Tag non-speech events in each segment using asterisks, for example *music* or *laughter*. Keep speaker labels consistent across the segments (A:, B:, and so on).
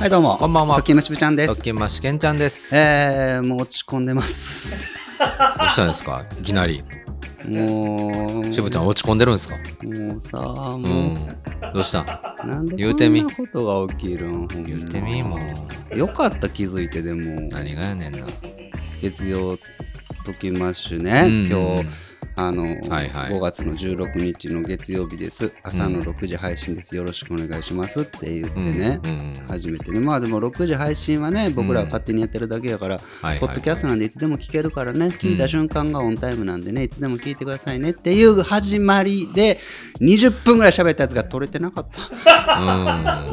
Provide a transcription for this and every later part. A: はい、どうも。
B: こんばんは
A: ときましぶちゃんで
B: と
A: す
B: っ。けましけんちゃんです。
A: えー、もう落ち込んで
B: *laughs*
A: ます。
B: どうしたんですかいきなり。
A: もう、
B: しぶちゃん落ち込んでるんですか
A: もうさ、もう、
B: うん。どうした
A: なんで
B: 言う
A: こ
B: て
A: ん
B: み
A: なことが起きるんほんま
B: 言ってみもう。
A: よかった、気づいて、でも、
B: 何がやねんな。
A: 月曜ときましゅね、
B: うん
A: 今日、あの、
B: はいはい
A: 5月の16日の月曜日です。朝の6時配信です。よろしくお願いしますって言って
B: うん。
A: ね。
B: うんうん。
A: 初めてねまあでも6時配信はね僕らは勝手にやってるだけやから、
B: はい
A: ポッドキャストなんでいつでも聞けるからね、聞いた瞬間がオンタイムなんでねいつでも聞いてくださいねっていう始まりで20分ぐらい喋ったやつが取れてなかった *laughs*
B: うん。
A: 20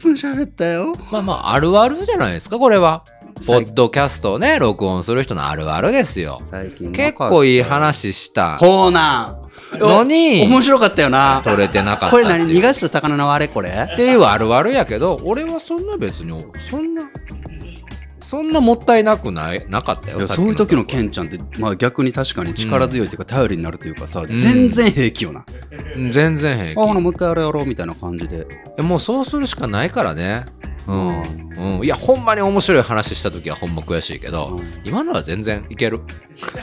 A: 分喋ったよ
B: まあまあ、あるあるじゃないですか、これは。ポッドキャストをね、録音する人のあるあるですよ。
A: 最近
B: 結構
A: い
B: いい話した
A: ほうなん
B: のに、
A: 面白かったよな
B: 取れてなかった
A: こ
B: って
A: れ
B: いう。
A: 何逃がした魚のあれこれ
B: っていうあるあるやけど俺はそんな別にそんなそんなもったいなくないなかったよ
A: いや
B: さっき
A: そういう時のケ
B: ん
A: ンちゃんって、まあ、逆に確かに力強いというか、頼りになるというかさ、全然平気よな、
B: 全然平
A: あ
B: 気
A: ほなもう一回あれやろうみたいな感じで
B: えもうそうするしかないからねうん、うん、いやほんまに面白い話した時はほんま悔しいけど、
A: うん
B: 今のは全然
A: *laughs*
B: いける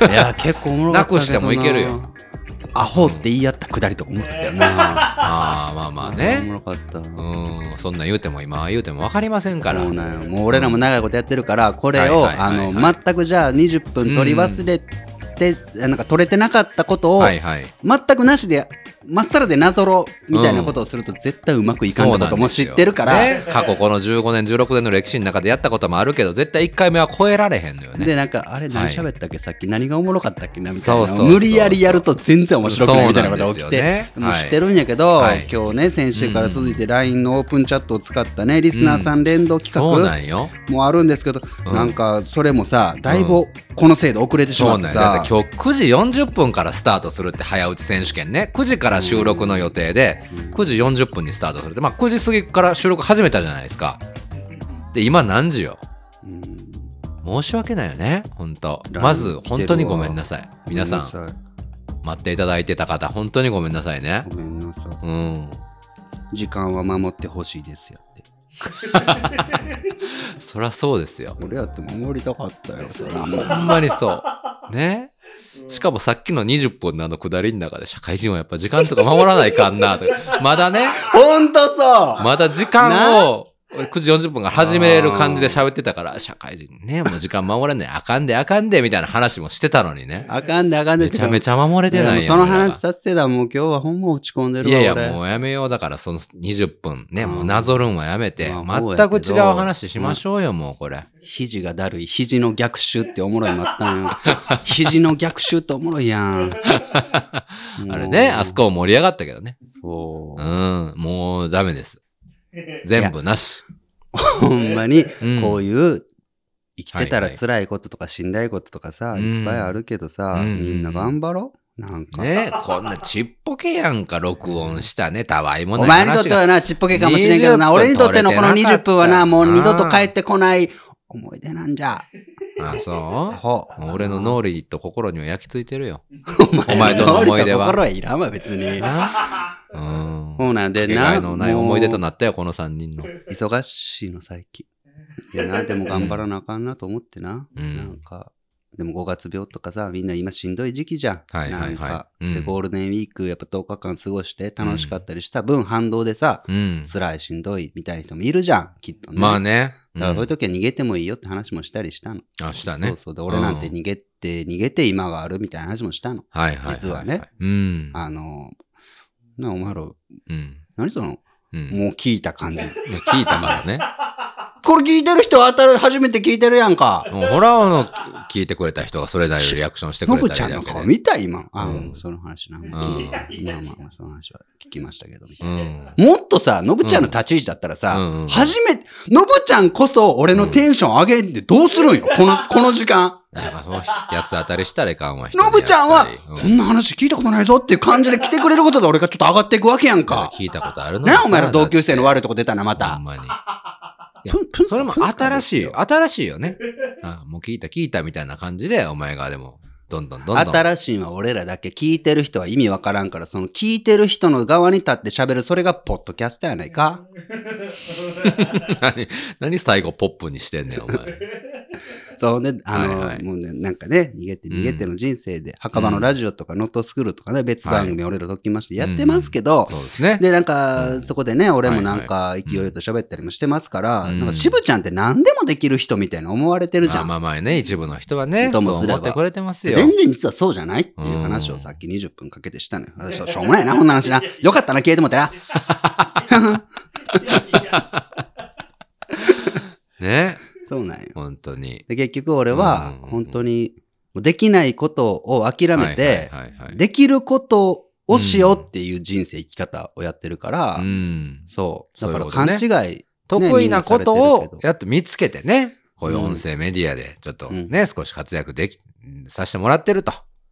A: いや結構おもろかったけどな
B: なくしてもいけるよ
A: アホって言い合ったくだりとか思ってたよな
B: ああまあまあ
A: おも
B: ね
A: ろかった
B: うんそんなん言うても今言うても分かりませんから
A: そうなんよもう俺らも長いことやってるからこれを
B: はいは
A: あ
B: いはいは
A: の
B: い
A: 全くじゃあ20分取り忘れて、なんか取れてなかったことを
B: はいはい
A: 全くなしでまっさらでなぞろみたいなことをすると絶対うまくいかんってことも知ってるから
B: そうなんですよね過去この15年16年の歴史の中でやったこともあるけど絶対1回目は超えられへんのよね
A: でなんかあれ何喋ったっけ、さっき何がおもろかったっけなみたいな
B: そうそうそうそう
A: 無理やりやると全然面白くないみたいなことが起きて、
B: そうなんですよね
A: もう
B: はい
A: 知ってるんやけど、
B: はい
A: 今日ね先週から続いて LINE のオープンチャットを使ったねリスナーさん連動企
B: そうな
A: 画
B: んよ
A: もあるんですけど、
B: うん
A: なんかそれもさだいぶこのせいで遅れてしま
B: そう
A: って
B: なんよだ
A: さ
B: って、今日9時40分からスタートするって早打ち選手権ね9時から収録の予定で9時40分にスタートするって、まあ、9時過ぎから収録始めたじゃないですかで今何時よ
A: うん
B: 申し訳ないよね本当
A: ライブ
B: まず本当にごめんなさい皆さん
A: ごめな
B: 待っていただいてた方本当にごめんなさいね
A: いごめんなさい
B: うん
A: 時間は守ってほしいですよって
B: そりゃそうですよ
A: 俺やって守りたかったよそれも
B: ほんま
A: *laughs*
B: にそう。ね。しかもさっきの20分のあの下りの中で社会人はやっぱ時間とか守らないかんなとか。まだね、
A: ほんとそう
B: まだ時間を9時40分から始めれる感じで喋ってたから、社会人ね、もう時間守れない、あかんであかんでみたいな話もしてたのにね。
A: あかんであかんで
B: めちゃめちゃ守れてない
A: いや
B: や
A: そ
B: ん
A: の
B: 俺ら
A: 話させてたもう今日はほんま落ち込んでる
B: い
A: わ
B: やいや、
A: 俺
B: もうやめよう。だから、その20分ね、
A: ん
B: もうなぞるんはやめて、
A: まあそうや
B: 全く
A: け
B: 違
A: ど
B: う話しましょうよ、もうこれ。
A: 肘がだるい肘の逆襲っておもろいのあったんよ *laughs* 肘の逆襲っておもろいやん
B: *laughs* あれね、あそこ盛り上がったけどね。
A: そう
B: うん、もうダメです。全部なし。
A: ほんまに
B: うん
A: こういう生きてた
B: はい
A: ら
B: はい
A: 辛いこととかしんどいこととかさ
B: うん
A: いっぱいあるけどさ
B: うん
A: みんな頑張ろうなんか
B: ねこんなちっぽけやんか、録音したね、たわいもな
A: お
B: い
A: 前
B: 話
A: に
B: が。
A: とってはなちっぽけかもしれんけどな
B: 20
A: 俺にとってのこの
B: 取れてなか
A: 20
B: った
A: 分はなもう二度と帰ってこない思い出なんじゃ
B: あ、そ
A: ほ
B: う俺の脳裏と心には焼き付いてるよ。
A: う
B: お前との思い出は
A: 心はいらんわ別に
B: うん。
A: そうなんで
B: け
A: な
B: がえのない思い出と
A: も
B: なったよ、この3人の。
A: う忙しいの最近いやなでも頑張らなあかんなと思ってな、
B: うん
A: なんかでも5月病とかさみんな今しんどい時期じゃん、
B: はいはいは
A: な
B: い
A: んか、
B: うん
A: でゴールデンウィークやっぱ10日間過ごして楽しかったりした分反動でさ、
B: うん。
A: 辛いしんどいみたいな人もいるじゃんきっとね
B: まあね。う
A: だ
B: ん
A: からそういう時は逃げてもいいよって話もしたりしたの、
B: あ、した
A: そ
B: ね
A: う。そうで俺なんて逃げて、逃げて今があるみたいな話もしたの
B: はいはいいい。
A: 実はね
B: うん。
A: あのなお前ら
B: うん。
A: 何その
B: うん。
A: もう聞いた感じ
B: 聞いたからね。
A: これ聞いてる人当たる初めて聞いてるやんか。
B: もうほら、あの、聞いてくれた人がそれなりのリアクションしてく
A: ノ
B: れた
A: ブ
B: り
A: ちゃ
B: だ
A: ん
B: け
A: の顔
B: で。
A: 見た今。あ、
B: うん
A: うんその話な。まあ
B: うん。
A: まあまあ、その話は聞きましたけど。
B: うん。
A: もっとさ、ノブちゃんの立ち位置だったらさ、
B: うんうん
A: 初めて、ノブちゃんこそ俺のテンション上げんでどうするんよ。こ
B: *laughs*
A: の、この時間。
B: だからもうやつ当たりしたらいかんわ。人に
A: ノブちゃんは、
B: やった
A: こ
B: りうん
A: んな話聞いたことないぞっていう感じで来てくれることで俺がちょっと上がっていくわけやんか。
B: 聞いたことあるの
A: なあ、お前ら同級生の
B: 悪
A: 悪いとこ出たな、ま
B: ほ
A: た
B: ん。まに。いや
A: プンプン
B: それも
A: プンカ
B: 新
A: です
B: *laughs* しいよ。新しいよね。あもう聞いた聞いたみたいな感じで、お前がでもどんどんどんどん。
A: 新しいのは俺らだけ聞いてる人は意味わからんから、その聞いてる人の側に立って喋る、それがポッドキャストやないか
B: 何、何最後ポップにしてんねん、お前。
A: そうね、あの、
B: はいはい
A: もうね、なんかね、逃げて逃げての人生で、墓場のラジオとか、ノットスクールとかね、別番組俺らときましてやってますけど、
B: そうですね。
A: で、なんか、そこでね、俺もなんか、勢いよと喋ったりもしてますから、
B: うん
A: なんか、渋ちゃんって何でもできる人みたいな思われてる *laughs* じ
B: ま
A: ゃ
B: あ
A: ん。
B: まあまあね、一部の人はね、
A: と
B: そう
A: もすれば
B: 思ってくれてますよ。
A: 全然実はそうじゃないっていう話をさっき20分かけてしたのよ。私はしょうもないな、こんな話な。よかったな、消えてもってな。
B: ね。
A: そうなんよ。
B: 本当に。
A: で、結局俺は
B: うん、
A: 本当に、もうできないことを諦めて、
B: はいはいはいはい
A: できることをしようっていう人生生き方をやってるから、
B: うん。
A: そう。だから
B: そう
A: 勘
B: いうこと
A: 違い。
B: 得意なこと
A: みんなされてるけ
B: を
A: ど
B: やっと見つけてね、こういう音声メディアでちょっとね、少し活躍でき、させてもらってると。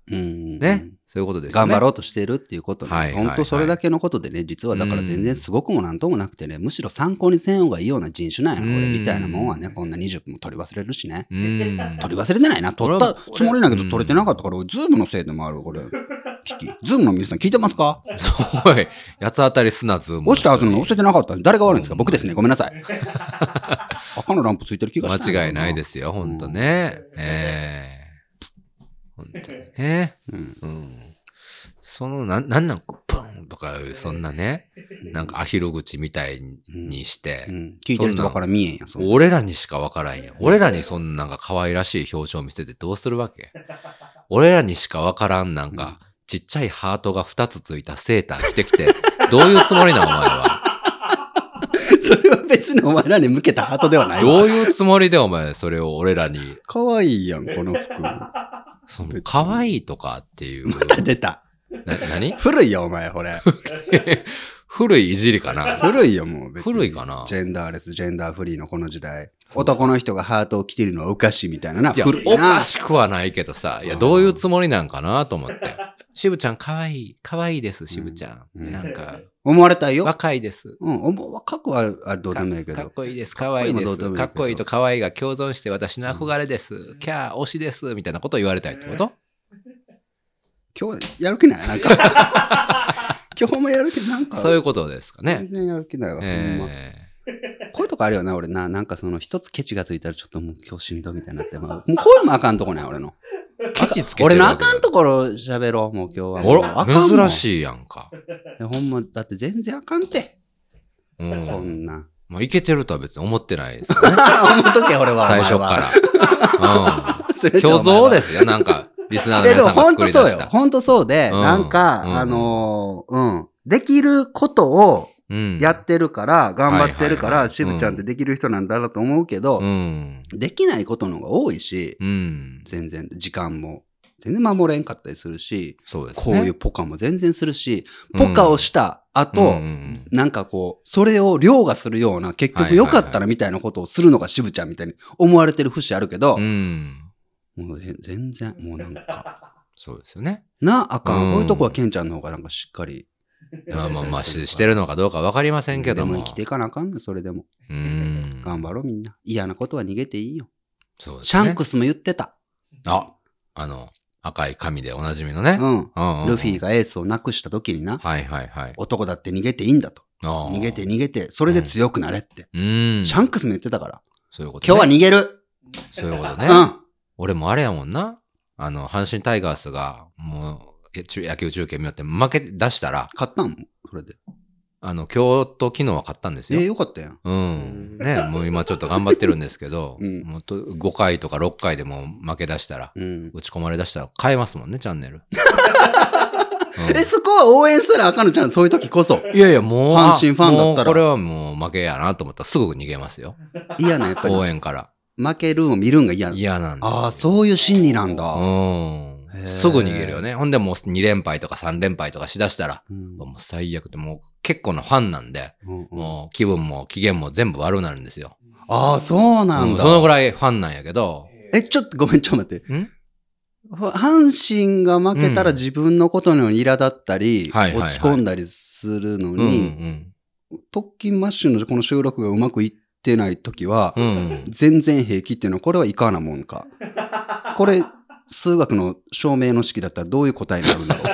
A: うん。
B: ね。そういうことですね。
A: 頑張ろ
B: う。
A: うとしてるっていうことね、
B: はいはいはい
A: 本当それだけのことでね、実はだから全然すごくもなんともなくてね、むしろ参考にせん方がいいような人種なんや、
B: うん
A: 俺みたいなもんはね、こんな20分も取り忘れるしね。
B: うん。 *laughs*
A: 取り忘れてないな。取ったつもりだけど
B: うん
A: 取れてなかったから、ズームのせいでもある、これ。危機。ズームの皆さん聞いてますか
B: おい、八つ当たりすなずも。
A: 押したはずなのに押せてなかったんで誰が悪いんですか僕ですね。ごめんなさ
B: *laughs*
A: い。赤のランプついてる気がしない。
B: 間違いないですよ、ほんとね。ええ *laughs* ほんとにね。
A: うん。
B: うん。その、なん、なんなん、こうプンとかいう、そんなね、なんかアヒル口みたいにして、
A: うん。聞いてる人だから見えんや、それ
B: 俺らにしかわからんやん。俺らにそんなんか可愛らしい表情見せてどうするわけ俺らにしかわからんなんか、ちっちゃいハートが2つついたセーター着てきて、どういうつもりなんお前 *laughs* は。
A: それは別にお前らに向けたハートでは
B: *laughs*
A: ないわ。
B: どういうつもりでお前、それを俺らに、
A: かわいいやん、こ *laughs* の服。
B: その、可愛いとかっていう、
A: 出た。
B: な、何
A: 古いよ、お前、これ。
B: 古いいじりかな
A: 古いよ、も *laughs* う別に。
B: 古いかな
A: ジェンダーレス、ジェンダーフリーのこの時代。男の人がハートを着てるのはおかしいみたいなな。
B: いや、
A: 古い
B: お
A: な
B: か。しくはないけどさ、いや、どういうつもりなんかなと思 *laughs* って。しぶちゃん、可愛い可愛いです、しぶちゃん。なんか、
A: 思われたいよ。
B: 若いです。
A: うん、おも若くはあどうでもいいけ
B: かっ
A: ど。
B: こいいです、可愛いで
A: かっこいいもどうでもいい
B: す。
A: けど
B: かっこいいと可愛いが共存して私の憧れです。キャー、推しです。みたいなことを言われたいってこと
A: 今日、やる気ない
B: *laughs*
A: なんか。今日もやる気なんか。
B: そういうことですか
A: 全
B: ね。
A: 然やる気ないわ、ほんま。
B: え
A: こういうとこあるよな、俺な。なんかその、一つケチがついたらちょっともう今日しんどいみたいになって。まあもう声もあかんとこない、俺の。
B: ーケチつけて
A: 俺
B: る
A: の
B: わ
A: あ
B: けだ
A: かんところ喋ろう、もう今日は。
B: あ
A: あかんもん
B: ら、珍しいやんか。
A: いやほんま、だって全然あかんて。
B: う
A: こ
B: ん。
A: ん *laughs* なん。
B: まあ、いけてるとは別に思ってないですね。
A: 思っとけ、俺は。。
B: 最初からら。う
A: *laughs*
B: ん。
A: それじゃお
B: 虚
A: 前は
B: 像ですよ、なんか、リスナーの
A: いやでも
B: 皆さんが
A: 本
B: 作
A: 当
B: り出
A: そうよ
B: し。た。
A: 本当そうで、
B: うん
A: なんか、
B: うん
A: あのーうん。できることを
B: うん
A: やってるから、頑張ってるか
B: はいはいは
A: ら、
B: い
A: しぶちゃんってできる人なんだろうと思うけど
B: う、ん。
A: できないことの方が多いし、
B: うん。
A: 全然、時間も。全然守れんかったりするし、
B: そうです
A: こ
B: ね。
A: ういうポカも全然するし、ポカをした後、
B: うんうん
A: なんかこう、それを凌駕するような、結局
B: はいはいは
A: 良
B: い
A: かったらみたいなことをするのが渋ちゃんみたいに思われてる節あるけど、
B: うん。うん。
A: もうぜ全然、もうなんか、
B: そうですよね。
A: な、あかん。
B: うん
A: こういうとこはケンちゃんの方がなんかしっかり。
B: まあまあまあ、ししてるのかどうかわかりませんけども。
A: でも生きていかなあかんねんそれでも。
B: うん。
A: 頑張ろうみんな。嫌なことは逃げていいよ。
B: そうです
A: シ
B: ね。
A: ャンクスも言ってた。
B: あ、あの、赤い髪でおなじみのね。
A: うん。
B: うんうん
A: ルフィ。がエースをなくした時にな、
B: はいはいはい。
A: 男だって逃げていいんだと。
B: 逃
A: 逃げて。逃げて、それで強くなれって。
B: うん。
A: シャンクスも言ってたから。
B: そういうことね。
A: 今日は逃げる。
B: そういうこと
A: う
B: ね。
A: ん。
B: 俺もあれやもんな。あの、阪神タイガースが、もう、え中野球中継見よって負け出したら、
A: 買ったんもんそれで。
B: あの、今日と昨日は勝ったんです
A: え
B: よ
A: ー、。よかったやん。
B: うん。ね、もう今ちょっと頑張ってるんですけど、
A: *laughs* うん
B: もっと5回とか6回でも負け出したら、
A: うん。
B: 打ち込まれ出したら変えますもんね、チャ
A: *laughs*
B: ンネル。
A: え、そこは応援したらあかんのちゃん、そういう時こ
B: *laughs*
A: そ。
B: いやいや、もう、
A: 阪神ファンだったら
B: もうこれはもう負けやなと思ったらすぐ逃げますよ。
A: 嫌な、やっぱ
B: 応
A: り。
B: 援から。
A: 負けるんを見るんが嫌な。
B: 嫌なんですよ。
A: ああ、そういう心理なんだ。
B: うん。すぐ逃げるよね。ほんでもう2連敗とか3連敗とかしだしたら、
A: うん
B: もう最悪で、もう結構なファンなんで、
A: うんうん
B: もう気分も機嫌も全部悪くなるんですよ。
A: ああ、そうな
B: うんんその
A: だ。
B: ぐらいファンなんやけど、
A: え、ちょっとごめん、ちょっと待って。
B: ん
A: 阪神が負けたら
B: うん
A: 自分のことのように苛立ったり、
B: はいはいはい
A: 落ち込んだりするの
B: うんう
A: に、
B: ん。
A: 特勤マッシュのこの収録がうまくいってない時は
B: う、ん。
A: 全然平気っていうのは、これはいかなもんか。これ、数学の証明の式だったらどういう答えになるんだろう。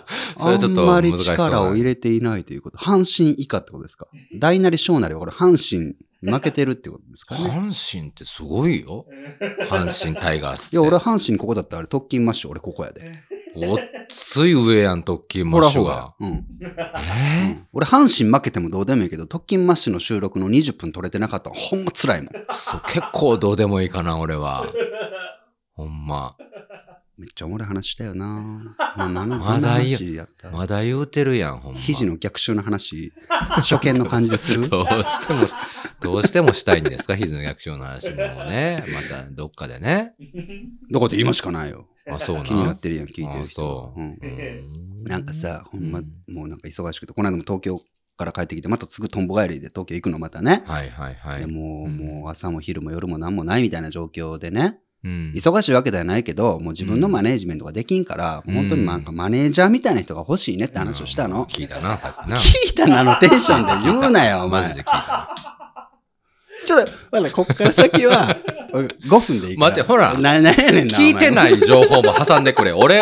B: *laughs* それはちょっと
A: あんまり
B: 難しそうだね
A: 力を入れていないということ。阪神以下ってことですか大なり小なりはこれ阪神に負けてるってことですかね。
B: 阪神ってすごいよ。阪神タイガースって。
A: いや、俺は阪神ここだったらあれ特勤マッシュ、俺ここやで。
B: ごっつい上やん、特勤
A: ほ
B: マッ
A: ら
B: シ
A: ほ
B: ュ
A: ら
B: が。。
A: うん。
B: え
A: 俺阪神負けてもどうでもいいけど、特勤マッシュの収録の20分取れてなかったらほんま辛いもん。
B: ーそう、結構どうでもいいかな、俺は。ほんま。
A: めっちゃおもろい話だよなまあ、何の
B: まだいいよ
A: 話やった
B: まだ言うてるやん、ほんま。
A: 肘の逆襲の話、初見の感じ
B: *laughs*
A: でする
B: どうしても、どうしてもしたいんですか、肘の逆襲の話もね。また、どっかでね。
A: どこで今しかないよ。
B: あ、そうな。
A: 気になってるやん、聞いてる人。
B: あそう
A: うん
B: うーん
A: なんかさ、ほんま
B: うん、
A: もうなんか忙しくて、この間も東京から帰ってきて、またすぐとんぼ帰りで東京行くのまたね。
B: はいはいはい。
A: でもう、
B: うん
A: もう朝も昼も夜も何もないみたいな状況でね、
B: うん、
A: 忙しいわけではないけど、もう自分のマネージメントができんから、
B: うん
A: もう本当になんかマネージャーみたいな人が欲しいねって話をした
B: うん
A: の。
B: 聞いたな、さっきな。
A: 聞いたな、あのテンションで言うな
B: *laughs*
A: よ、お
B: マ
A: 前
B: ジ。で聞いた。
A: ちょっと、まだこっから先は、5分でいいから。
B: 待ってほら
A: な、なんやね *laughs* んな。。
B: 聞いてないい情報も挟んでくれ。 *laughs* 俺、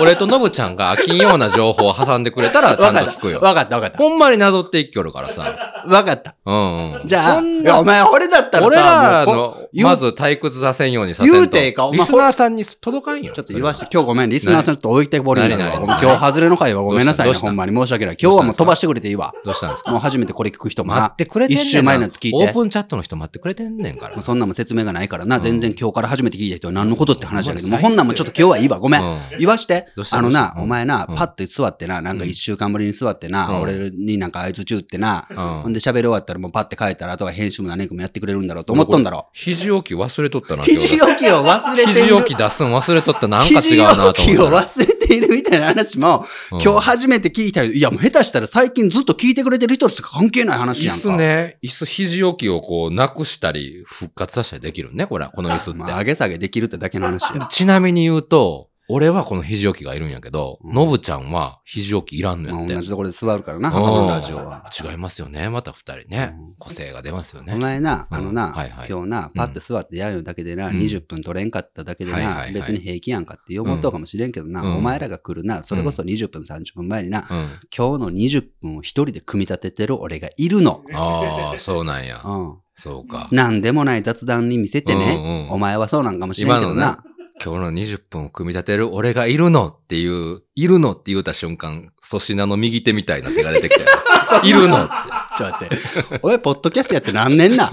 B: 俺とノブちゃんが飽きんような情報を挟んでくれたらちゃ
A: わ
B: ん
A: か
B: と
A: った
B: 聞く。よ。
A: わかった、わかった。
B: ほんまになぞって一挙るからさ。
A: わかった。
B: うんうん。
A: じゃあ、
B: そん
A: い
B: な
A: やお前、俺だったらさ、
B: 俺ら
A: もう
B: の
A: こ、言う
B: まず退屈させんようにさせんと。
A: 言うてええかお前
B: リスナーさんに届かんよ。
A: ちょっと言わして、今日ごめん、リスナーさんちょっと置いてぼりになるわ
B: 何
A: 今
B: 何
A: 日外れの回はごめんなさい
B: ど
A: ね、
B: うした
A: ほんまに申し訳ない。今日はもう飛ばしてくれていいわ。
B: どうしたんですか
A: もう初めてこれ聞く人もな。
B: 待ってくれてんねんな。
A: 一週前のやつ聞いて
B: オープンチャットの人待ってくれてんねんから
A: もう。そんなんも説明がないからな、全然今日から初めて聞いた人は何のことって話だけど、
B: うん
A: もうほんなんもちょっと今日はいいわ、ごめん
B: うん。
A: 言わして
B: どうし。た
A: あの
B: どうし
A: な、
B: た
A: お前な、
B: うん
A: パッと座ってな、なんか一週間ぶりに座って
B: うん
A: な、俺になんか合図中ってな、
B: ん
A: ほんで喋り終わったらもうパッて帰ったら、あとは編集も何かもやってくれるんだろうと思っとんだろ。
B: 肘置き忘れとったな。今日
A: 肘置きを忘れている。
B: 肘置き出すん忘れとったなんか違うなと
A: 肘置きを
B: 思っ
A: 忘れているみたいな話も、
B: うん
A: 今日初めて聞いたよいや、もう下手したら最近ずっと聞いてくれてる人としか関係ない話
B: 椅
A: やんか。
B: 子ね、椅子肘置きをこうなくしたり復活させたりできるね、これ、この椅子って
A: まあ、。上げ下げできるってだけの話や。
B: ちなみに言うと、俺はこの肘置きがいるんやけど、ノブちゃんは肘置きいらんの
A: ま
B: や
A: あ、
B: って
A: 同。じところで座るからな、
B: うん
A: ハマのラジオは。
B: 違いますよね、また二人ね
A: うん。
B: 個性が出ますよ
A: お
B: ね。
A: 前な、
B: うん
A: あのな、
B: はいはい
A: 今日な、パッて座ってやるだけでな、
B: うん
A: 20分取れんかっただけでな、
B: はいはいはい
A: 別に平気やんかって思うとうかもしれんけどな、
B: うん
A: お前らが来るな、それこそ20分、30分前にな、
B: うん
A: 今日の20分を一人で組み立ててる俺がいるの。
B: ああ、そうなんや。
A: うん。
B: そうか。
A: なんでもない雑談に見せてね、
B: うんうん
A: お前はそうなんかもしれんけどな。
B: 今日の20分を組み立てる俺がいるのっていう、いるのって言うた瞬間、粗品の右手みたいな手が出
A: *laughs*
B: てきたよいるのって。
A: ちょっと待って。お前、ポッドキャストやって何年
B: *laughs*
A: な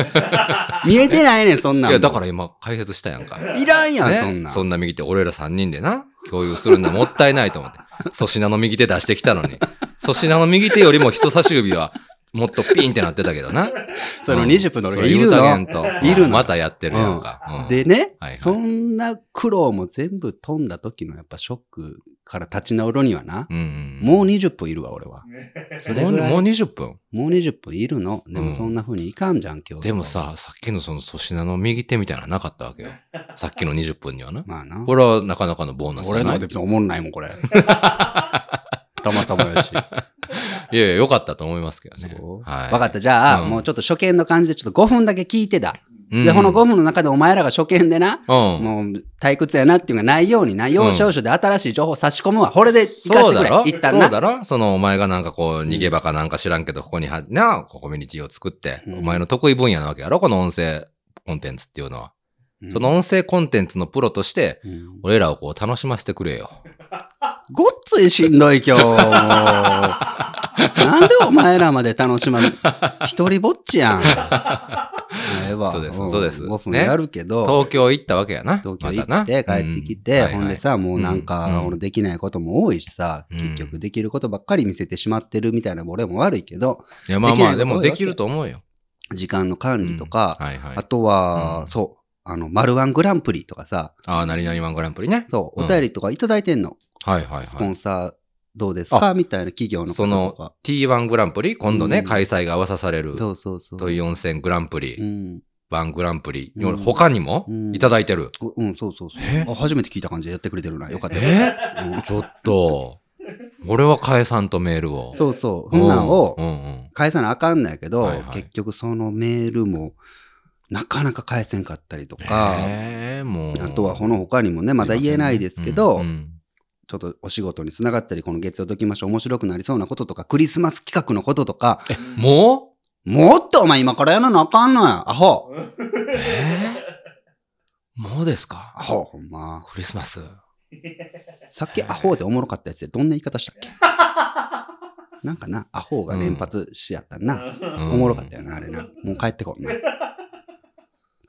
A: 見えてないねん、そんなん。。
B: いや、だからら今解説したやんか。
A: いらんやん、
B: ね
A: そんなん。
B: そんな右手、俺ら3人でな、共有するのもったいないと思って。粗品の右手出してきたのに。粗品の右手よりも人差し指は、もっとピンってなってたけどな。
A: その20分の俺が
B: そ
A: い
B: れ
A: る
B: 言うたげん
A: の。
B: と
A: いるの
B: またやってるやんか。うん
A: でね、
B: はいはい
A: そんな苦労も全部飛んだ時のやっぱショックから立ち直るにはな、
B: うんうん
A: もう20分いるわ、俺は。それ
B: もう
A: ぐらい
B: もう20分
A: もう20分いるの。で
B: う
A: も
B: ん
A: そんな風にいかんじゃん、今日。
B: でも。さ、さっきのその粗品の右手みたいなのなかったわ
A: *laughs*
B: けよ。さっきの20分にはな。
A: まあな。
B: これはなかなかのボーナス
A: 俺
B: だ
A: の
B: な
A: こ
B: い
A: と別に思んないもん、こ
B: *laughs*
A: れ。たまたまやし。
B: いやいや、良かったと思いますけどね
A: そう。
B: はい。
A: 分かった。じゃあ、
B: うん
A: もうちょっと初見の感じでちょっと5分だけ聞いてだ。
B: うん
A: で、この5分の中でお前らが初見でな、
B: うん。
A: もう退屈やなっていうのがないようにな、要所要所で新しい情報差し込むわ。これで行か
B: そ
A: せてく
B: うだ
A: れ
B: ろ。
A: 一旦
B: そう
A: な。
B: だろそのお前がなんかこう、逃げ場かなんか知らんけど、ここには、なあ、こうコミュニティを作って、
A: うん
B: お前の得意分野なわけやろこの音声コンテンツっていうのは。その音声コンテンツのプロとして、
A: うん
B: 俺らをこう楽しませてくれよ。
A: ごっついしんどい今日。
B: *laughs*
A: もうなんでお前らまで楽しまん、一人ぼっち
B: *laughs*
A: やん。ええわ
B: そうですそうです
A: 5分
B: ね
A: やるけど。
B: 東京行ったわけやな。
A: 東京行
B: またな
A: って帰ってき
B: う
A: て、
B: はいはい
A: ほんでさ、もうなんか、
B: うん
A: 俺できないことも多いしさ、
B: うん
A: 結局できることばっかり見せてしまってるみたいな俺も悪いけど、
B: いや、まあまあ、
A: で
B: で
A: きないこと多いわ
B: も
A: け
B: できると思うよ。
A: 時間の管理とか、
B: はいはい
A: あ。とは、
B: うん
A: そう、あの、丸ワングランプリとかさ、
B: ああ、何々ワングランプリね。
A: そう、
B: うん
A: お便りとかいただいてんの。
B: はいはい
A: ス
B: は
A: ポ
B: い。
A: ンサーどうですかみたいな企業のこと
B: そ
A: と
B: の
A: か。
B: T1 グランプリ、今度
A: う
B: ね、
A: ん
B: 開催が噂される、
A: そうそうそう。
B: 問い温泉グランプ
A: う
B: リ、
A: ん。
B: ワングランプリ、
A: うん
B: 他にも
A: うん
B: いただいてる。
A: おうん、そうそうそう
B: え
A: あ。初めて聞いた感じでやってくれてるな。よかったよ。
B: え
A: うん
B: ちょっと、俺は返さんとメールを。
A: そうそう。そんなんを
B: うんうん
A: 返さなあかんのやけど
B: はいは、い
A: 結局そのメールもなかなか返せんかったりとか、
B: ええもう。
A: あとはこの他にもね、まだ言えないですけど、
B: うんうん
A: ちょっとお仕事につながったり、この月曜ときましょう面白くなりそうなこととか、クリスマス企画のこととか、
B: も
A: もっとお前今からやらなあかんのや、アホ
B: うえーもうです
A: ア
B: か
A: ホほんま。
B: クリスマス。
A: さっきアホでおもろかったやつでどんな言い方したっけなんかな、アホが連発しやったんな。
B: お
A: おもろかったよな、あれな。もう帰ってこ
B: *laughs*
A: んな。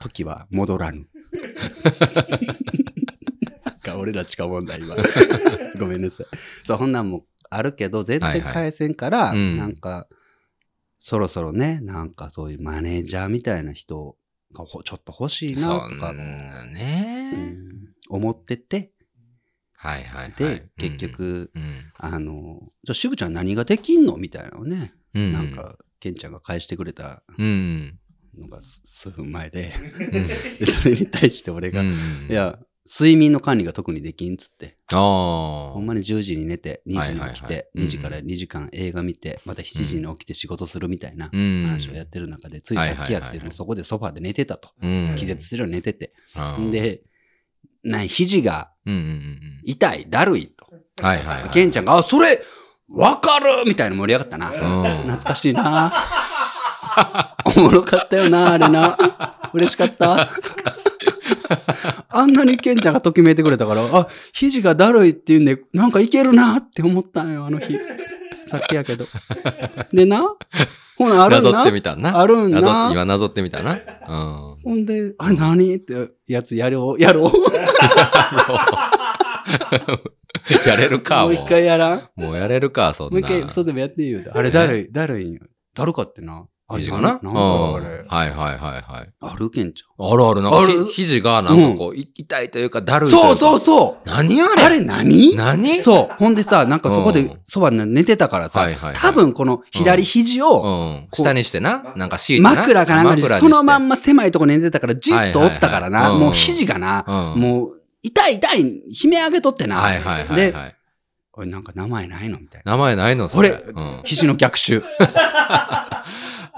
A: 時は戻らぬ。なんか俺らしか思んだ、
B: *laughs*
A: 今。ごめんなさい。そう、こんなんもあるけど、全然返せんから、
B: はいはいうん
A: なんか、そろそろね、なんかそういうマネージャーみたいな人がほちょっと欲しいな
B: そ
A: と
B: ん
A: か
B: な、ね、
A: うん思ってて、
B: はいはいはい。
A: で、結局、
B: うん、
A: あの、じゃあ、しぐちゃん何ができんのみたいなのをね、
B: うん。う
A: なん、か、ケンちゃんが返してくれた
B: うん。
A: のがす数分前で、
B: うん
A: *laughs* でそれに対して俺が、
B: う
A: い
B: ん、
A: や、睡眠の管理が特にできんっつって、
B: あ
A: ほんまに10時に寝て、2時に起き
B: はいはいはい
A: て、2時から2時間映画見て、また7時に起きて仕事するみたいな
B: あ、うん、
A: 話をやってる中で、ついさっきや
B: はいはい
A: っ
B: はい
A: て、
B: はい
A: もうそこでソファで寝てたと。
B: うん、
A: 気絶するように寝てて。
B: あー、
A: で、ない、肘が
B: うんうんうん
A: 痛い、だるいと。
B: うん。はいはい、はい。
A: ケンちゃんが、あ、それ、わかるみたいな盛り上がったな。
B: うん
A: 懐かしいな。おもろかったよな、あれな。嬉しかった。あんなにケンちゃんがときめいてくれたから、あ、肘がだるいっていうんで、なんかいけるなって思ったんよ、あの日。さっきやけど。でな、ほな、ある
B: なんぞっ
A: な
B: て。みたな。
A: あるん
B: なぞ
A: な。
B: 今なぞってみたな。うん。
A: ほんで、あれ何ってやつやろう、やろう。
B: やれる
A: も
B: か、も
A: う
B: う。
A: 一回やらん。
B: もうやれるか、そん
A: もう
B: な。
A: 一回、外でもやっていいよ。あれだるい、だるいんよ。だるかってな。あ
B: 肘がな。
A: なん
B: うん
A: かあ
B: はい
A: れ。
B: はいはいはい。
A: あるけんちゃん。
B: あるある、なんか
A: ある
B: ひ、肘がなんかこう、い痛いというか、だるいというか。
A: そうそうそう
B: 何あ
A: あ
B: れ
A: れ何
B: 何
A: そう。ほんでさ、なんかそこ
B: う
A: で
B: ん
A: そばに寝てたからさ
B: はいはいはい、
A: 多分この左肘
B: う
A: を
B: ん。下にしてな。なんか敷いてな。
A: 枕かなんかに
B: 枕
A: そのま
B: ま。
A: んま狭いとこ寝てたからじっとおったから
B: はいはい
A: な、
B: はいうん
A: もう肘がな、
B: うん
A: もう痛い痛い、悲鳴上げとってな。
B: はいはいはい
A: で、
B: はい。
A: おいなんか名前ないのみたいな。
B: 名前ないのそれ。
A: これ
B: うん。
A: 肘の逆襲。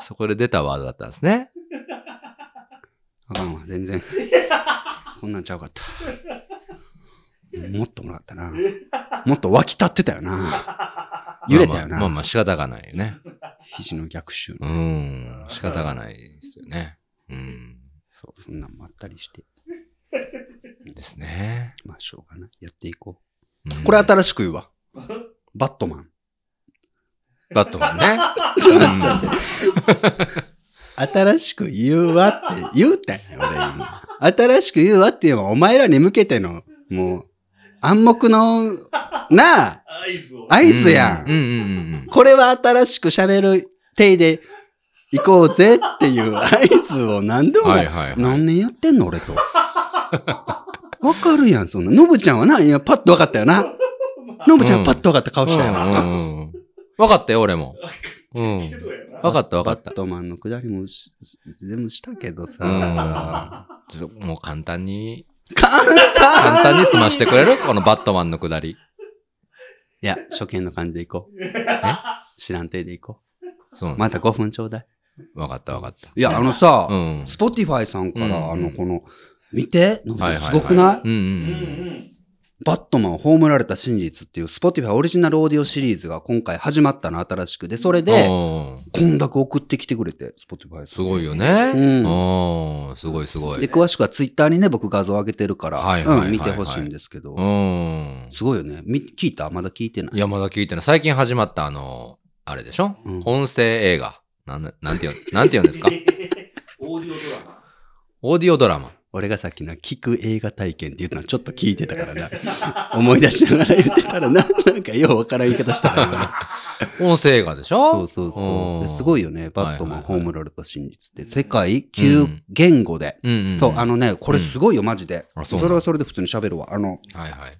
B: そこで出たワードだったんですね。
A: あかんわ、全然。こんなんちゃうかった。もっともらったな。もっと湧き立ってたよな。
B: *laughs*
A: 揺れたよ
B: まあまあまあ
A: な。
B: まあ仕方がないよね。
A: 肘の逆襲。
B: うん。仕方がないですよね。うん。
A: そう、そんなんもあったりして。
B: ですね。
A: まあ、しょうがない。やっていこ
B: うん
A: う。これ新しく言う
B: *laughs*
A: わ。バットマン。
B: バットマンね。
A: 新しく言うわって言うたよ、俺今。新しく言うわって言えば、お前らに向けての、もう、暗黙の、なあ、
C: 合図を。
A: 合図やん。
B: うんうんうんうんうん。
A: これは新しく喋る体で行こうぜっていう合図を何でも、
B: はいはいはい
A: 何年やってんの、俺と。わかるやん、そんな。ノブちゃんはな、今パッとわかったよ
B: *laughs*
A: な。ノブちゃんパッとわかった顔したやん。
B: うんうんうん分かったよ、俺も。うん。
C: けどやな。
B: 分かった分か
A: バ
B: った
A: ッ。トマンのくだりもし全部したけどさ。
B: うん。ちょっともう簡単に、
A: 簡
B: 簡
A: 単
B: 単に済ましてくれるこのバットマンのくだり。
A: いや、初見の感じでいこ *laughs* う。知らん手でいこ
B: そう
A: う。
B: な
A: また5分ちょうだい。
B: 分かった分かった。
A: いや、あのさ、
B: うん。
A: スポティファイさんから、
B: うん
A: あの、この、見て、のぶちゃんすごくない,、
B: うんうん
C: うん
B: うん。
A: バットマンを葬られた真実っていうスポティファイオリジナルオーディオシリーズが今回始まったの、新しく。で、それで、
B: うん
A: 今だけ送ってきてくれて、スポティファイ
B: すごいよね。
A: うん
B: うん。すごいすご
A: で、
B: い。
A: 詳しくはツイッターにね、僕画像上げてるから、
B: はいはいはいはい
A: うん、見てほしいんですけど、
B: うん。
A: すごいよね。み聞いたまだ聞いてない
B: いや、まだ聞いてない。最近始まった、あの、あれでしょ、
A: うん
B: 音声映画。なんだ、なんて言う、なんて言うんで
A: *laughs*
B: すか
C: オーディオドラマ。
B: オーディオドラマ。
A: 俺がさっきの聞く映画体験って言ったのちょっと聞いてたからな。思い出しながら言ってたらな、なんかようわからん言い方したからな。
B: 音声映画でし
A: そ
B: ょ
A: うそうそう。です
B: い。
A: ごいよね、バットマン、
B: はいはいはい
A: 葬られた真実って。世界9言語で。
B: うんうん、うん。
A: そう、あのね、これすごいよ、マジで。
B: あ
A: そ
B: そ
A: う
B: なん
A: れはそれで普通に喋るわ。あの、
B: はいはい。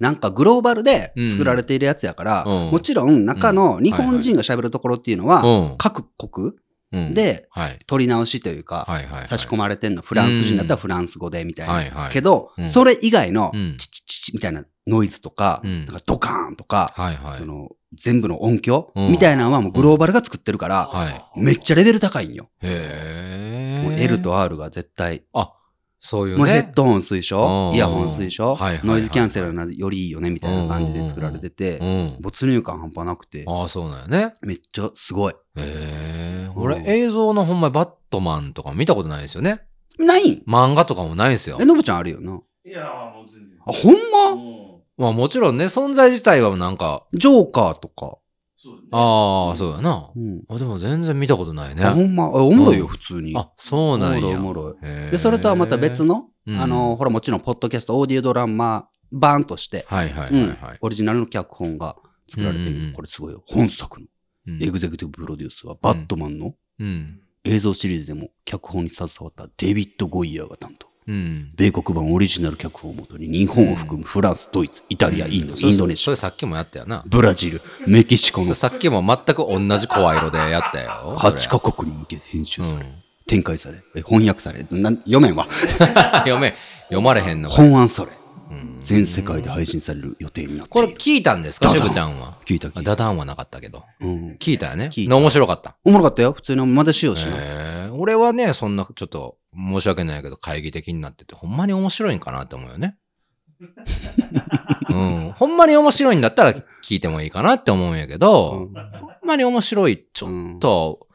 A: なんかグローバルで作られているやつやから、
B: うん
A: もちろん中の日本人が喋るところっていうのは、
B: う
A: 各国
B: ん。うん、
A: で
B: はい。
A: 取り直しというか、
B: はいはいはい。
A: 差し込まれてんの。フランス人だったらフランス語でみたいな。
B: はいはい
A: けど、
B: うん
A: それ以外の
B: う、ん
A: チチチチみたいなノイズとか、
B: うん
A: なんかドカーンとか、
B: はいはい
A: そ。の全部の音響、
B: うん
A: みたいなのはもうグローバルが作ってるから、
B: はい
A: めっちゃレベル高いんよ。
B: へえ。
A: もう L。と R が絶対。
B: あ、そういうね。
A: もうヘッドホン推
B: うんう
A: 奨
B: ん、
A: イヤホン推奨
B: はいはいはい、
A: ノイズキャンセルなよりいいよねみたいな感じで作られてて
B: う、ん。
A: 没入感半端なくて、
B: ああ、そうなんやね。
A: めっちゃすごい。
B: へえ。
A: うん
B: 俺、映像のほんまにバットマンとか見たことないですよね。
A: ないん
B: 漫画とかもないんですよ
A: え、。のぶちゃんあるよな。
C: いやー、もう全然。
A: あ、ほんま
C: も
B: まあもちろんね、存在自体はなんか、
A: ジョーカーとか。
C: うそうね。
B: ああ、そうやな
A: う。ん。
B: あ、でも全然見たことない
A: あ、ほ
B: ね。
A: んま。あおもろいうよ、
B: ん
A: 普通に。
B: あ、そうなんや。
A: おもろいおもろ
B: へー
A: で、それとはまた別。の、
B: うん
A: あの、ほら、もちろん、ポッドキャスト、オーディオドラマ版として、
B: はいはい
A: うん
B: はいはい。
A: オリジナルの脚本が作られて
B: うんうんう
A: い
B: ん
A: る。これすごいよ。本作の
B: うん
A: エグゼクティブプロデュースは、バットマンの
B: うん。
A: 映像シリーズでも脚本に携わったデビッド・ゴイヤーが担当。
B: うん。
A: 米国版オリジナル脚本をもとに日本を含むフランス、ドイツ、イタリア、インド、インドネシア、
B: それさっきもやったよな。
A: ブラジル、メキシコの
B: さっきも全く同じ声色でやったよ。
A: 8
B: こ
A: カ国に向け編集
B: う
A: さ
B: ん *laughs*
A: れ、。展開され、え翻訳され、なん読めんわ。
B: 読め、読まれへん
A: *laughs*
B: のか。
A: 本案され、
B: うん
A: 全世界で配信される予定になって
B: こ
A: い
B: れ
A: る。
B: 聞いたんですか、
A: ダ
B: し
A: ダン
B: ぶちゃんは。
A: 聞いた聞
B: あ
A: いた。
B: ダダンはなかったけど。
A: うん。
B: 聞いたよね。
A: 聞いた
B: で面白かった。
A: おもろかったよ。普通のまだしようしな。
B: えー俺はね、そんな、ちょっと、申し訳ないけど、会議的になってて、ほんまに面白いんかなって思う
A: *laughs*
B: よね。うん。ほんまに面白いんだったら聞いてもいいかなって思うんやけど、
A: うん
B: ほんまに面白い、ちょっと、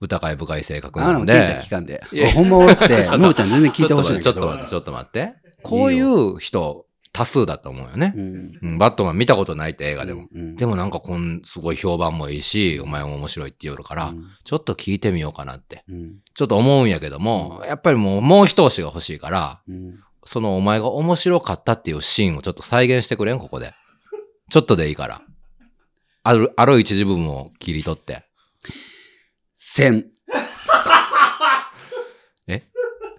B: 疑い深い性格な
A: あの、
B: の
A: ケイちゃん
B: で
A: 聞、かんで
B: いや。
A: ほんまおもろくて
B: *laughs* ちょっ、と
A: のぶちゃん全然聞いてほしいんだ
B: ちょ
A: け
B: っと
A: ど
B: 待って、ちょっと待って、ちょっと待って。こういう人、多数だと思うよね
A: う。ん。
B: うん、バットマン見たことないって映画でも。
A: うん。
B: でもなんかこん、すごい評判もいいし、お前も面白いって言うから、ちょっと聞いてみようかなって。
A: うん。
B: ちょっと思うんやけども、やっぱりもう、もう一押しが欲しいから、
A: うん。
B: そのお前が面白かったっていうシーンをちょっと再現してくれん、ここで。ちょっとでいいから。ある、ある一時部分を切り取って。
A: 千、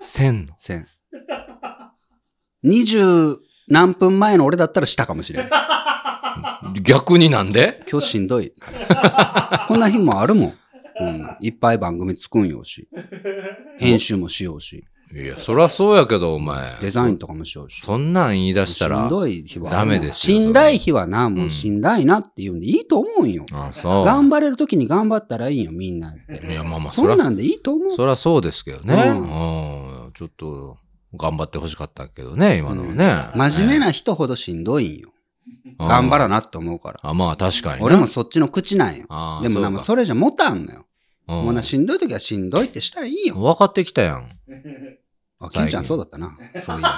B: 千の。
A: 千。二十何分前の俺だったらしたかもしれ
B: *laughs*
A: ん。
B: 逆になんで
A: 今日しんどい。こんな日もあるもん。うん、いっぱい番組作んようし。編集もしようし。
B: いや、そりゃそうやけど、お前。
A: デザインとかもしようし。
B: そんなん言い出した
A: し
B: ら。
A: んどい日はあるもん
B: ダメですよ
A: しんどい日はな、もううんしんどいなっていうんでいいと思うんよ。
B: あ、そう。
A: 頑張れる時に頑張ったらいいよ、みんなって。
B: いや、まあまあ、そ
A: そん
B: ら、
A: なんでいいと思う。
B: そらそうですけどね。
A: う
B: うん。ちょっと、頑張ってほしかったけどね、今のはね。
A: 真面目
B: な、
A: な人ほどしんどいんよ。頑張らなって思うから。
B: あ、まあ、確かにな。
A: 俺もそっちの口なんよ。
B: ああ、
A: でもな、もう
B: そ
A: それじゃ持たんのよ。
B: うか、
A: もうな、しんどい時はしんどいってしたらいい
B: うん
A: よ。
B: 分かってきたやん。
A: あ、ケンちゃんそうだったな。そういや。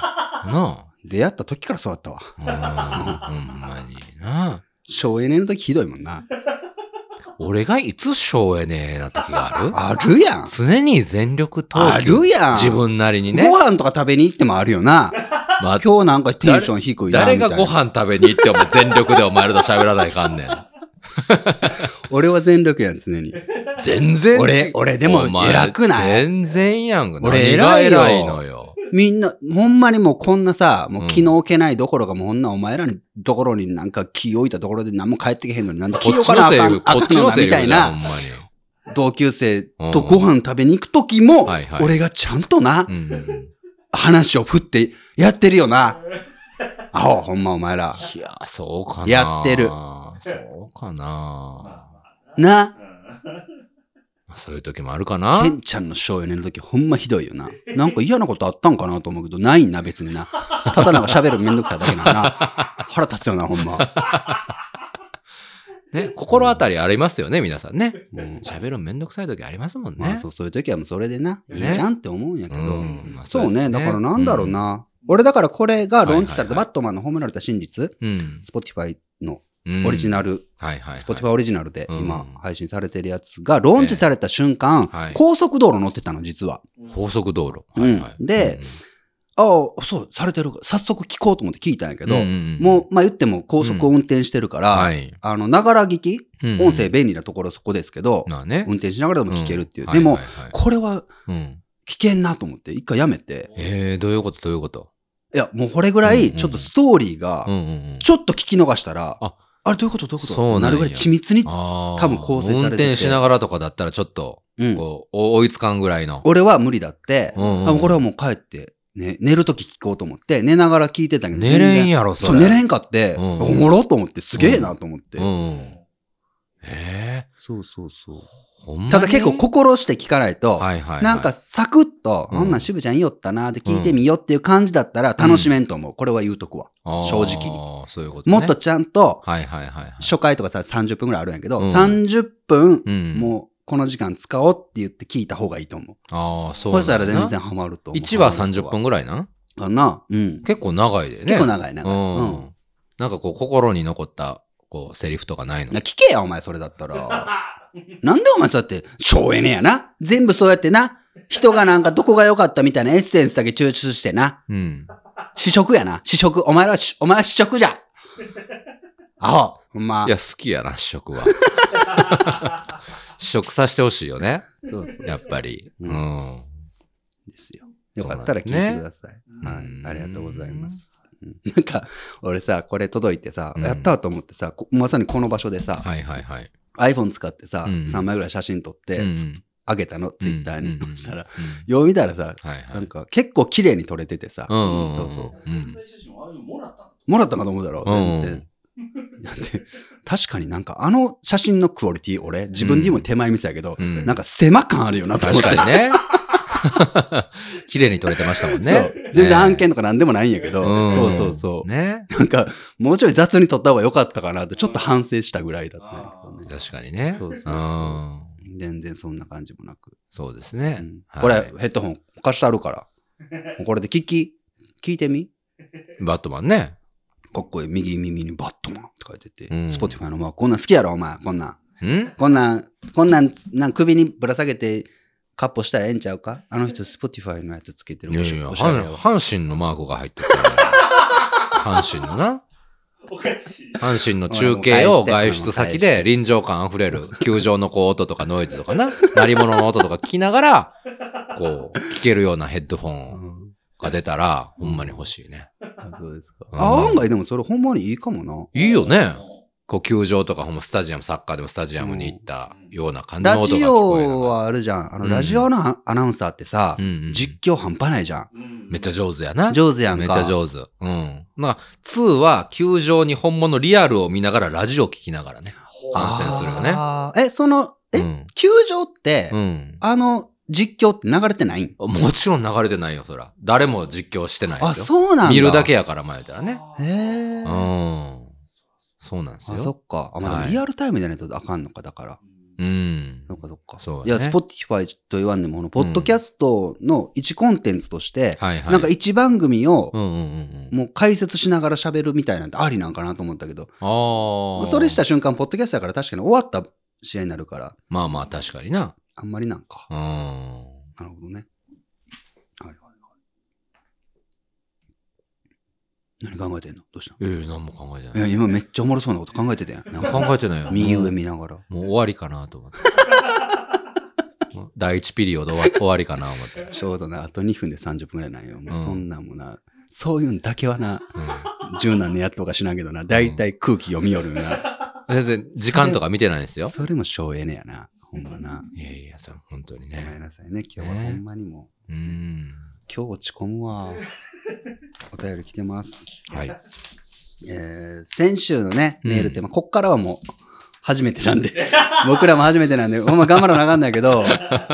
B: な
A: 出会った時からそうだったわ。
B: あ。うん、ほんまにな。
A: 省エネの時ひどいもんな。
B: 俺がいつ省エネな時がある
A: あるやん。
B: 常に全力投球。
A: あるやん。
B: 自分なりにね
A: ご。飯とか食べに行ってもあるよな。
B: まあ、
A: 今日なんかテンション低いなみた
B: 誰
A: いな。
B: がご飯食べに行っても全力でお前らと喋らないかんねん。
A: 俺は全力やん、常に。
B: 全然
A: 俺俺でも
B: お前
A: 偉くない
B: 全然やん。
A: 俺
B: 何が
A: 偉いよ
B: 偉いのよ。
A: みんな、ほんまにもうこんなさ、もう
B: うん
A: 気の置けないどころか、もうこんなお前らにところになんか気を置いたところで何も帰ってけへんのになんで
B: こ
A: 気を
B: っ
A: 置
B: ち
A: か
B: の
A: なあ
B: セリ
A: かん
B: フ、こ
A: あ
B: っ
A: かん
B: ち
A: の
B: の
A: な
B: セ
A: み
B: リ
A: た
B: フ
A: い
B: じゃん、
A: な
B: ほんまに。
A: 同級生とご飯食べに行く時も、
B: はいはい
A: 俺がちゃんとな、
B: うんうんうん
A: 話を振ってやってるよな。アホ、ほんまお前ら。
B: いや、そうかな。
A: やってる。
B: そうかな。
A: な。
B: まあそういう時もあるかな
A: ケ。ンちゃんの省エネの時ほんまひどいよな。なんか嫌なことあったんかなと思うけど、ないんな、別にな。ただなんか喋るのめんどくさいだけなんやな。腹立つよな、ほんま。
B: ね、心当たりありますよね、皆さんね。
A: うん
B: 喋るのめんどくさい時ありますもん
A: ま
B: ね
A: あ。そう、そういう時はもうそれでな、いい
B: ね
A: じゃんって思うんやけど。
B: うんまあ
A: そうね、
B: そうだ
A: だ
B: ね
A: からなんだろうな。俺だからこれがローンチされた
B: はいはいはい
A: バットマンの褒められた真実、
B: うん。
A: Spotify の
B: うん
A: オリジナル、
B: はいはいはい。
A: Spotify オリジナルで今
B: うん
A: 配信されてるやつが、ローンチされた瞬間、
B: ええはい
A: 高速道路乗ってたの、実は。
B: 高速道路。
A: うんで、ああ、そう、されてる。早速聞こうと思って聞いたんやけ
B: け
A: ど、
B: も
A: もう、まあ、言っても高速を運転してるから、
B: はい。
A: あの、ながら聞き、
B: うん
A: 音声便利なところそこですけど、
B: なあね。
A: 運転しながらでも聞けるっていう。
B: ん
A: でも、
B: はいはいはい
A: これは
B: うん
A: 危険なと思って、一回やめて、
B: えー、どういうことどういうこと
A: いや、もうこれぐら
B: う
A: い、
B: んうん
A: ちょっとストーリーが
B: うん、うんうん。
A: ちょっと聞き逃したら、
B: あ
A: あれどういうことどういうこと
B: そうなんや
A: なるぐらい緻密に、
B: あー
A: 多分構成されてて
B: 運転しながらとかだったらちょっと、
A: うん
B: こう、お追いつかんぐらいの。
A: 俺は無理だって、
B: うんうん
A: あもうこれはもう帰って、ね、寝るとき聞こうと思って、寝ながら聞いてたけど。
B: 寝れん
A: や
B: やろ、
A: そ、
B: そうれ。
A: 寝れんかって、
B: うん
A: おもろと思って、すげえなと思って。
B: うん。ええ
A: そうそうそう。
B: ほんまに
A: ただ結構心して聞かないと、
B: はいはいはい。
A: なんか、サクッと、
B: うん
A: こんなん渋ちゃんいいよったなーって聞いてみようっていう感じだったら楽しめんと思う。これは言うとくわ。正直
B: に。そういうことね。
A: もっと、ちゃんと、
B: はいはいはいはい。
A: 初回とかさ30分ぐらいあるんやけど、
B: うん
A: 30分、
B: うん。
A: もうこの時間使おうって言って聞いた方がいいと思う。
B: ああ、そ
A: そ
B: うなん
A: した
B: だな。
A: ら全然ハマると思う。
B: 1話30分ぐらいな
A: かな。うん。
B: 結構長いでね。
A: 結構長いな。
B: うん。
A: うん
B: なんかこう、心に残った、こう、セリフとかないの
A: 聞けや、お前、それだったら。 *laughs* なんでお前、そうやって、省エネやな。全部そうやってな。人がなんかどこが良かったみたいなエッセンスだけ抽出してな。
B: うん。
A: 試食やな。試食。お前らし、お前は試食じゃ。アホ。ほんま
B: い。や、好きやな、試食は。
A: *laughs*
B: 試食させてほしいよね。
A: そうそう
B: やっぱり。
A: う
B: うんん。
A: ですよ。よかったら聞いてください。はい
B: うん。
A: ありがとうございます。うんなんか、俺さ、これ届いてさ、
B: うん
A: やったと思ってさ、こまさにこの場所でさ、
B: はいはいはい。
A: iPhone 使ってさ、
B: うん
A: 3枚ぐらい写真撮って、
B: うん
A: あげたの、ツイッターに。
B: うん
A: そしたら、
B: う
A: よう見たらさ、
B: んはい
A: な
B: は
A: ん
B: い。
A: か結構綺麗に撮れててさ、
B: うんうんうん
A: そうそう
C: 潜
B: ん
C: 在写真をああいうのもらったの
A: もらったかと思うだろ、全然。だって確かになんかあの写真のクオリティ、俺、自分でも手前見せたけど、
B: うん
A: なんかステマ感あるよなと思っ
B: 確
A: て。
B: かにね。 *laughs* 綺麗に撮れてましたもんね
A: そう。全然案件とかなんでもないんやけど、
B: うん
A: そうそうそう。
B: ね。
A: なんか、もうちょい雑に撮った方が良かったかなって、ちょっと反省したぐらいだったんやけどね。
B: 確かにね。
A: そうそうそう
B: うん
A: 全然そんな感じもなく。
B: そうですね
A: うん。
B: はい
A: これ、ヘッドホン貸してある
B: *laughs*
A: から。もうこれで聞き、聞いてみ
B: バットマンね。
A: かっこいい。右耳にバットマンって書いてて
B: う、ん
A: スポティファイのまあ、こんなん好きやろ、お前。こんなん。
B: ん
A: こんなん、こんなん、なん首にぶら下げて、カッポしたらええんちゃうかあの人、スポティファイのやつつけてる。
B: いやいや、
A: おしゃれや
B: 阪
A: わ
B: 阪神のマークが入ってる
A: *laughs*
B: から。阪神のな。
C: おかしい。
B: 阪神の中継を外出先で臨場感あふれる球場のこう音とかノイズとかな、鳴り物の音とか聞きながら、こう、聞けるようなヘッドホン
A: うん
B: が出たら、ほんまに欲しいね。
A: あそうですか。
B: うん
A: あ、案外でもそれほんまにいいかもな。
B: いいよね。こう、球場とかほんまスタジアム、サッカーでもスタジアムに行ったような感じの
A: ラ
B: 音が
A: ジ
B: 聞こえな
A: オ
B: がら
A: はあるじゃん。あの、
B: うん
A: ラジオのアアナウンサーってさ、
B: うんうん
A: 実況半端ないじゃん。
C: うん
B: めっちゃ上手やな。
A: 上手やんか。
B: めっちゃ上手。うん。まあ、2は球場に本物リアルを見ながらラジオ聞きながらね。感染するよね
A: あーえ、その、え、
B: うん。
A: 球場って、
B: うん。
A: あの、実況って流れてないん
B: もちろん流れてないよ、そら。誰も実況してないですよ。
A: あ、そうなんだ。
B: 見るだけ。やから、前言うたらね。
A: へえ。
B: う
A: あ、
B: ん。そうなんです
A: そ
B: よ。
A: っか。あ、まあ、でも
B: はい
A: リアルタイムじゃないとあかんのか、だから。
B: うん。
A: そっかそっか。
B: そう
A: い
B: や
A: や、
B: ね。
A: スポティファイと言わんでも、この、ポッドキャストの一コンテンツとして、
B: はいはい。
A: なんか一番組を
B: う、んうんうんうん。
A: もう解説しながら喋るみたいなんてありなんかなと思ったけど、
B: ああ。
A: それした瞬間、ポッドキャストだから確かに終わった試合になるから、
B: まあまあ、確かにな。
A: あんまりなんか。
B: うん。
A: なるほどね。はいはいはい。何考えてんのどうした
B: ええ、何も考えて
A: の
B: ないい。
A: や、今めっちゃおもろそうなこと考えてたや *laughs* ん。なんか
B: 考えてないよ。
A: 右上見ながら。
B: もう終わりかなと思って。 *laughs* 第1ピリオド終わ終わりかな思って。
A: ちょうどな、あと2分で30分ぐらいなんよ。もううんそんなんもな、そういうのだけはな、
B: う
A: 柔軟なやつとかしなけどな、だいたい空気読みよるんな。
B: ん全然時間とか見てないんですよ。
A: それも省エネやな。ほんまな。
B: いやいや、さ本当に
A: ごめ
B: ね。
A: んなさいね。今日はほんまにもう、
B: うん。
A: 今日落ち込む *laughs* わ。お便り来てます。
B: はい。
A: えー、先週のね、
B: うん
A: メールって、まあこっからはもう、初めてなんで、 *laughs* 僕らも初めてなんで、ほんま頑張らなあかんないけ
B: *laughs*
A: ど、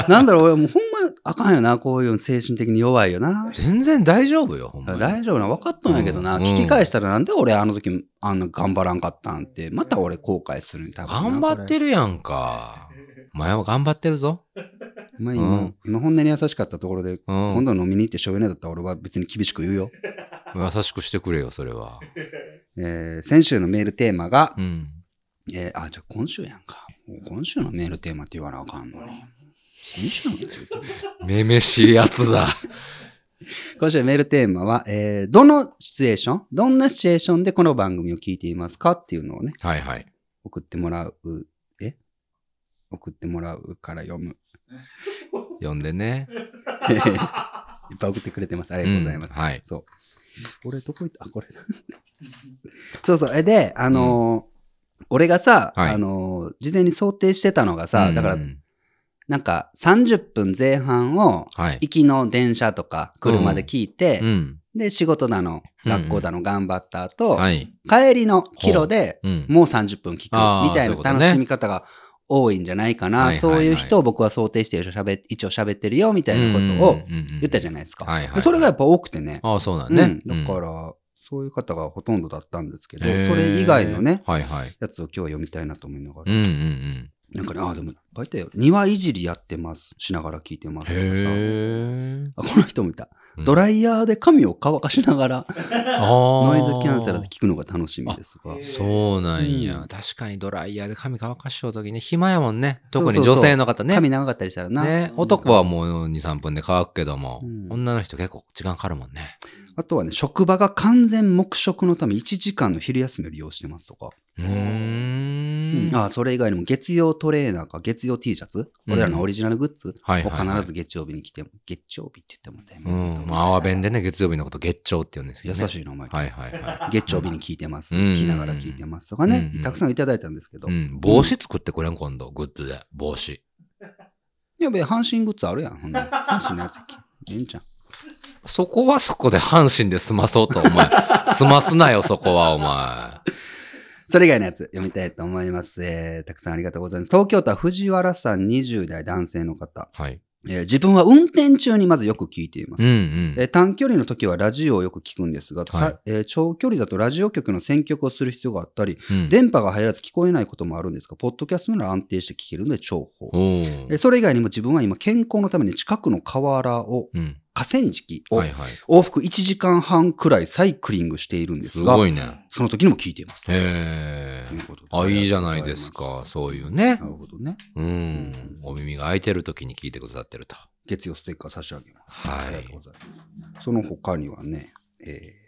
A: なんだろう、俺もうほんまあかんよな、こういうの精神的に弱いよな。
B: 全然大丈夫よ、ほんまに。
A: 大丈夫な、分かったんやけどな、
B: うん
A: 聞き返したらなんで俺あの時あんな頑張らんかったんって、また俺後悔するに多分な
B: 頑張ってるやんか。お前は頑張ってるぞ。
A: これまあ今、
B: うん
A: 今本音に優しかったところで、
B: う
A: 今
B: ん。
A: 度飲みに行ってしょうゆねだったら俺は別に厳しく言うよ。
B: 優しくしてくれよ、それは。
A: えー先週のメールテーマが、
B: うん。
A: えーあ、じゃあ今週やんか。もう今週のメールテーマって言わなあかんのに。先週のメールテーマ
B: めめしいやつ
A: *laughs*
B: だ。
A: 今週のメールテーマは、えーどのシチュエーションどんなシチュエーションでこの番組を聞いていますかっていうのをね、
B: はいはい。
A: 送ってもらう、え送ってもらうから読む。 *laughs*
B: 呼んでね。
A: いっぱい送ってくれてます。ありがとうございます。
B: うんはい
A: そう。俺どこ行ったあ、これ。 *laughs* そうそう。え、で、あのー俺がさ、
B: はい
A: あのー事前に想定してたのがさ、だから
B: う、ん
A: なんか30分前半を、
B: はい。
A: 行きの電車とか車で聞いて、
B: うん。
A: で、仕事だの、
B: うんうん
A: 学校だの頑張った後、
B: はい。
A: 帰りのキロで
B: うん。
A: もう30分聞
B: あー
A: くみたいな
B: そういうことね
A: 楽しみ方が多いんじゃないかな。
B: はいはい
A: そう
B: はい
A: いう人を僕は想定して喋一応喋ってるよみたいなことを言ったじ
B: ゃ
A: ゃないですか。
B: はいはいはい
A: それがやっぱ多くてね。
B: ああ、そうなんね。
A: うん、だか
B: うん、
A: ら、そういう方がほとんどだったんですけど、そ
B: へー
A: れ以外のね、
B: はいはい。
A: やつを今日は読みたいなと思いなが
B: う
A: ら。
B: んうんうん。
A: なんかね、ああ、でもいっぱいいたよ。庭いじりやってます。しながら聞いてますとかさ。
B: へ
A: あこの人見た。
B: え。
A: ド
B: イ
A: ライヤーで髪を乾かしながら、ノイズキャンセラーで
B: で。
A: 聞くのが楽しみですが。
B: そうなんや、
A: うん
B: 確かにドライヤーで髪乾かしようときに暇やもんね。特に
A: そうそう
B: 女
A: そう
B: 性の方ね。
A: 髪長かったりしたらな。
B: ね、男はもう2、3分で乾くけども、
A: うん
B: 女の人結構時間かかるもんね。
A: あとはね、職場が完全黙食のため1時間の昼休みを利用してますとか。
B: うーん。
A: あそれ以外にも月曜トレーナーか月曜 T シャツ、
B: うん
A: 俺らのオリジナルグッズを
B: はいはいはい
A: 必ず月曜日に来て、月曜日って言っても
B: う
A: らい
B: ん。まあ、泡弁でね、月曜日のこと月長って言うんですけ
A: 優
B: どね。
A: しい名前。
B: はいはいは
A: 月曜日に聞いてます。
B: うん
A: 聞きながら聞いてますとかね、
B: うん
A: たくさんいただいたんですけ *laughs* ど。
B: い。うん。帽子作ってくれん、今度、グッズで。帽子。
A: やべえ、阪神グッズあるやん。ほんなら阪神のやつ着。 *laughs* ええんちゃん。
B: そこはそこで阪神で済まそうと、
A: *laughs*
B: お前。済ますなよ、そこは、お前。
A: それ以外のやつ読みたいと思います。えーたくさんありがとうございます。東京都は藤原さん20代男性の方。
B: はい。
A: えー自分は運転中にまずよく聞いています。
B: うんう
A: え
B: ん。
A: ー短距離の時はラジオをよく聞くんですが、さ
B: はい
A: えー長距離だとラジオ局の選曲をする必要があったり、
B: うん、
A: 電波が入らず聞こえないこともあるんですが、ポッドキャストなら安定して聞けるので重宝。
B: おー
A: えーそれ以外にも自分は今健康のために近くの河原を、
B: うん。
A: 河川敷を
B: はいはい。
A: 往復1時間半くらいサイクリングしているんですすが、
B: ごいね。
A: その時にも聞いています。
B: へ
A: とい
B: え。
A: うことで
B: あ、いいじゃないです。か。そういうね
A: な。るほどね。
B: うん。お耳が開いてる時に聞いてくださってると。
A: 月曜ステッカー差し上げます。
B: は
A: ありが
B: い
A: とう。ございます。その他にはね、えー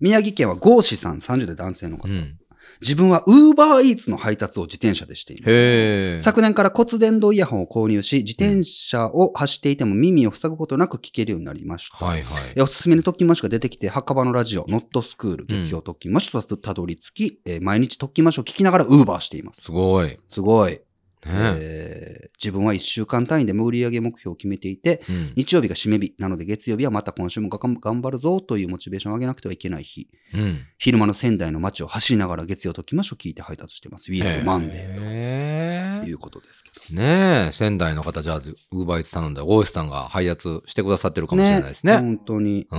A: 宮城県はゴーシさん30代男性の方。
B: うん。
A: 自分はウーバーイーツの配達を自転車でしています。
B: へえ。
A: 昨年から骨伝導イヤホンを購入し、自転車を走っていても耳を塞ぐことなく聞けるようになりました。
B: はいはい。
A: えおすすめの特訓マッシュが出てきて、墓場のラジオ、ノットスクール、月曜特訓マッシュとたどり着き、えー毎日特訓マッシュを聞きながらウーバーしています。
B: すごい。
A: すごい。
B: ね
A: えー自分は1週間単位で売り上げ目標を決めていて、
B: うん
A: 日曜日が締め日なので月曜日はまた今週もがかん頑張るぞというモチベーションを上げなくてはいけない日
B: うん。
A: 昼間の仙台の街を走りながら月曜ときましょ聞いて配達してますウィークマンデー
B: へ
A: とい
B: え
A: うことですけど
B: ねえ、仙台の方、じゃあ、ウーバーイーツ頼んで、大石さんが配達してくださってるかもしれないですね。
A: 本当に
B: うん。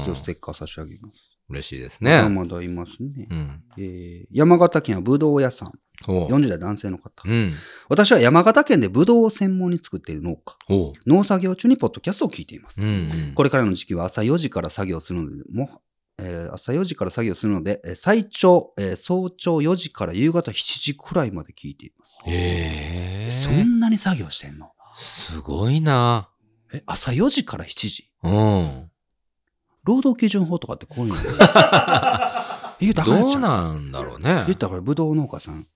A: 月曜ステッカー差し上げます、
B: 嬉しいです
A: まだ
B: ね。
A: まだいますね、
B: うん。
A: えー山形県はぶどう屋さん
B: おう。
A: 40代男性の方
B: うん。
A: 私は山形県でぶどうを専門に作っている農家
B: おう。
A: 農作業中にポッドキャストを聞いています
B: うんうん。
A: これからの時期は朝4時から作業するので、もうえー朝4時から作業するので、えー最長、えー早朝4時から夕方7時くらいまで聞いています。
B: へえ。
A: そんなに作業してんの
B: すごいな。
A: え、朝4時から7時
B: うん。
A: 労働基準法とかってこういうの *laughs* 言うたらあかんやつ
B: ど
A: ちゃ
B: うなんだろうね
A: 言。ったから、ぶどう農家さん。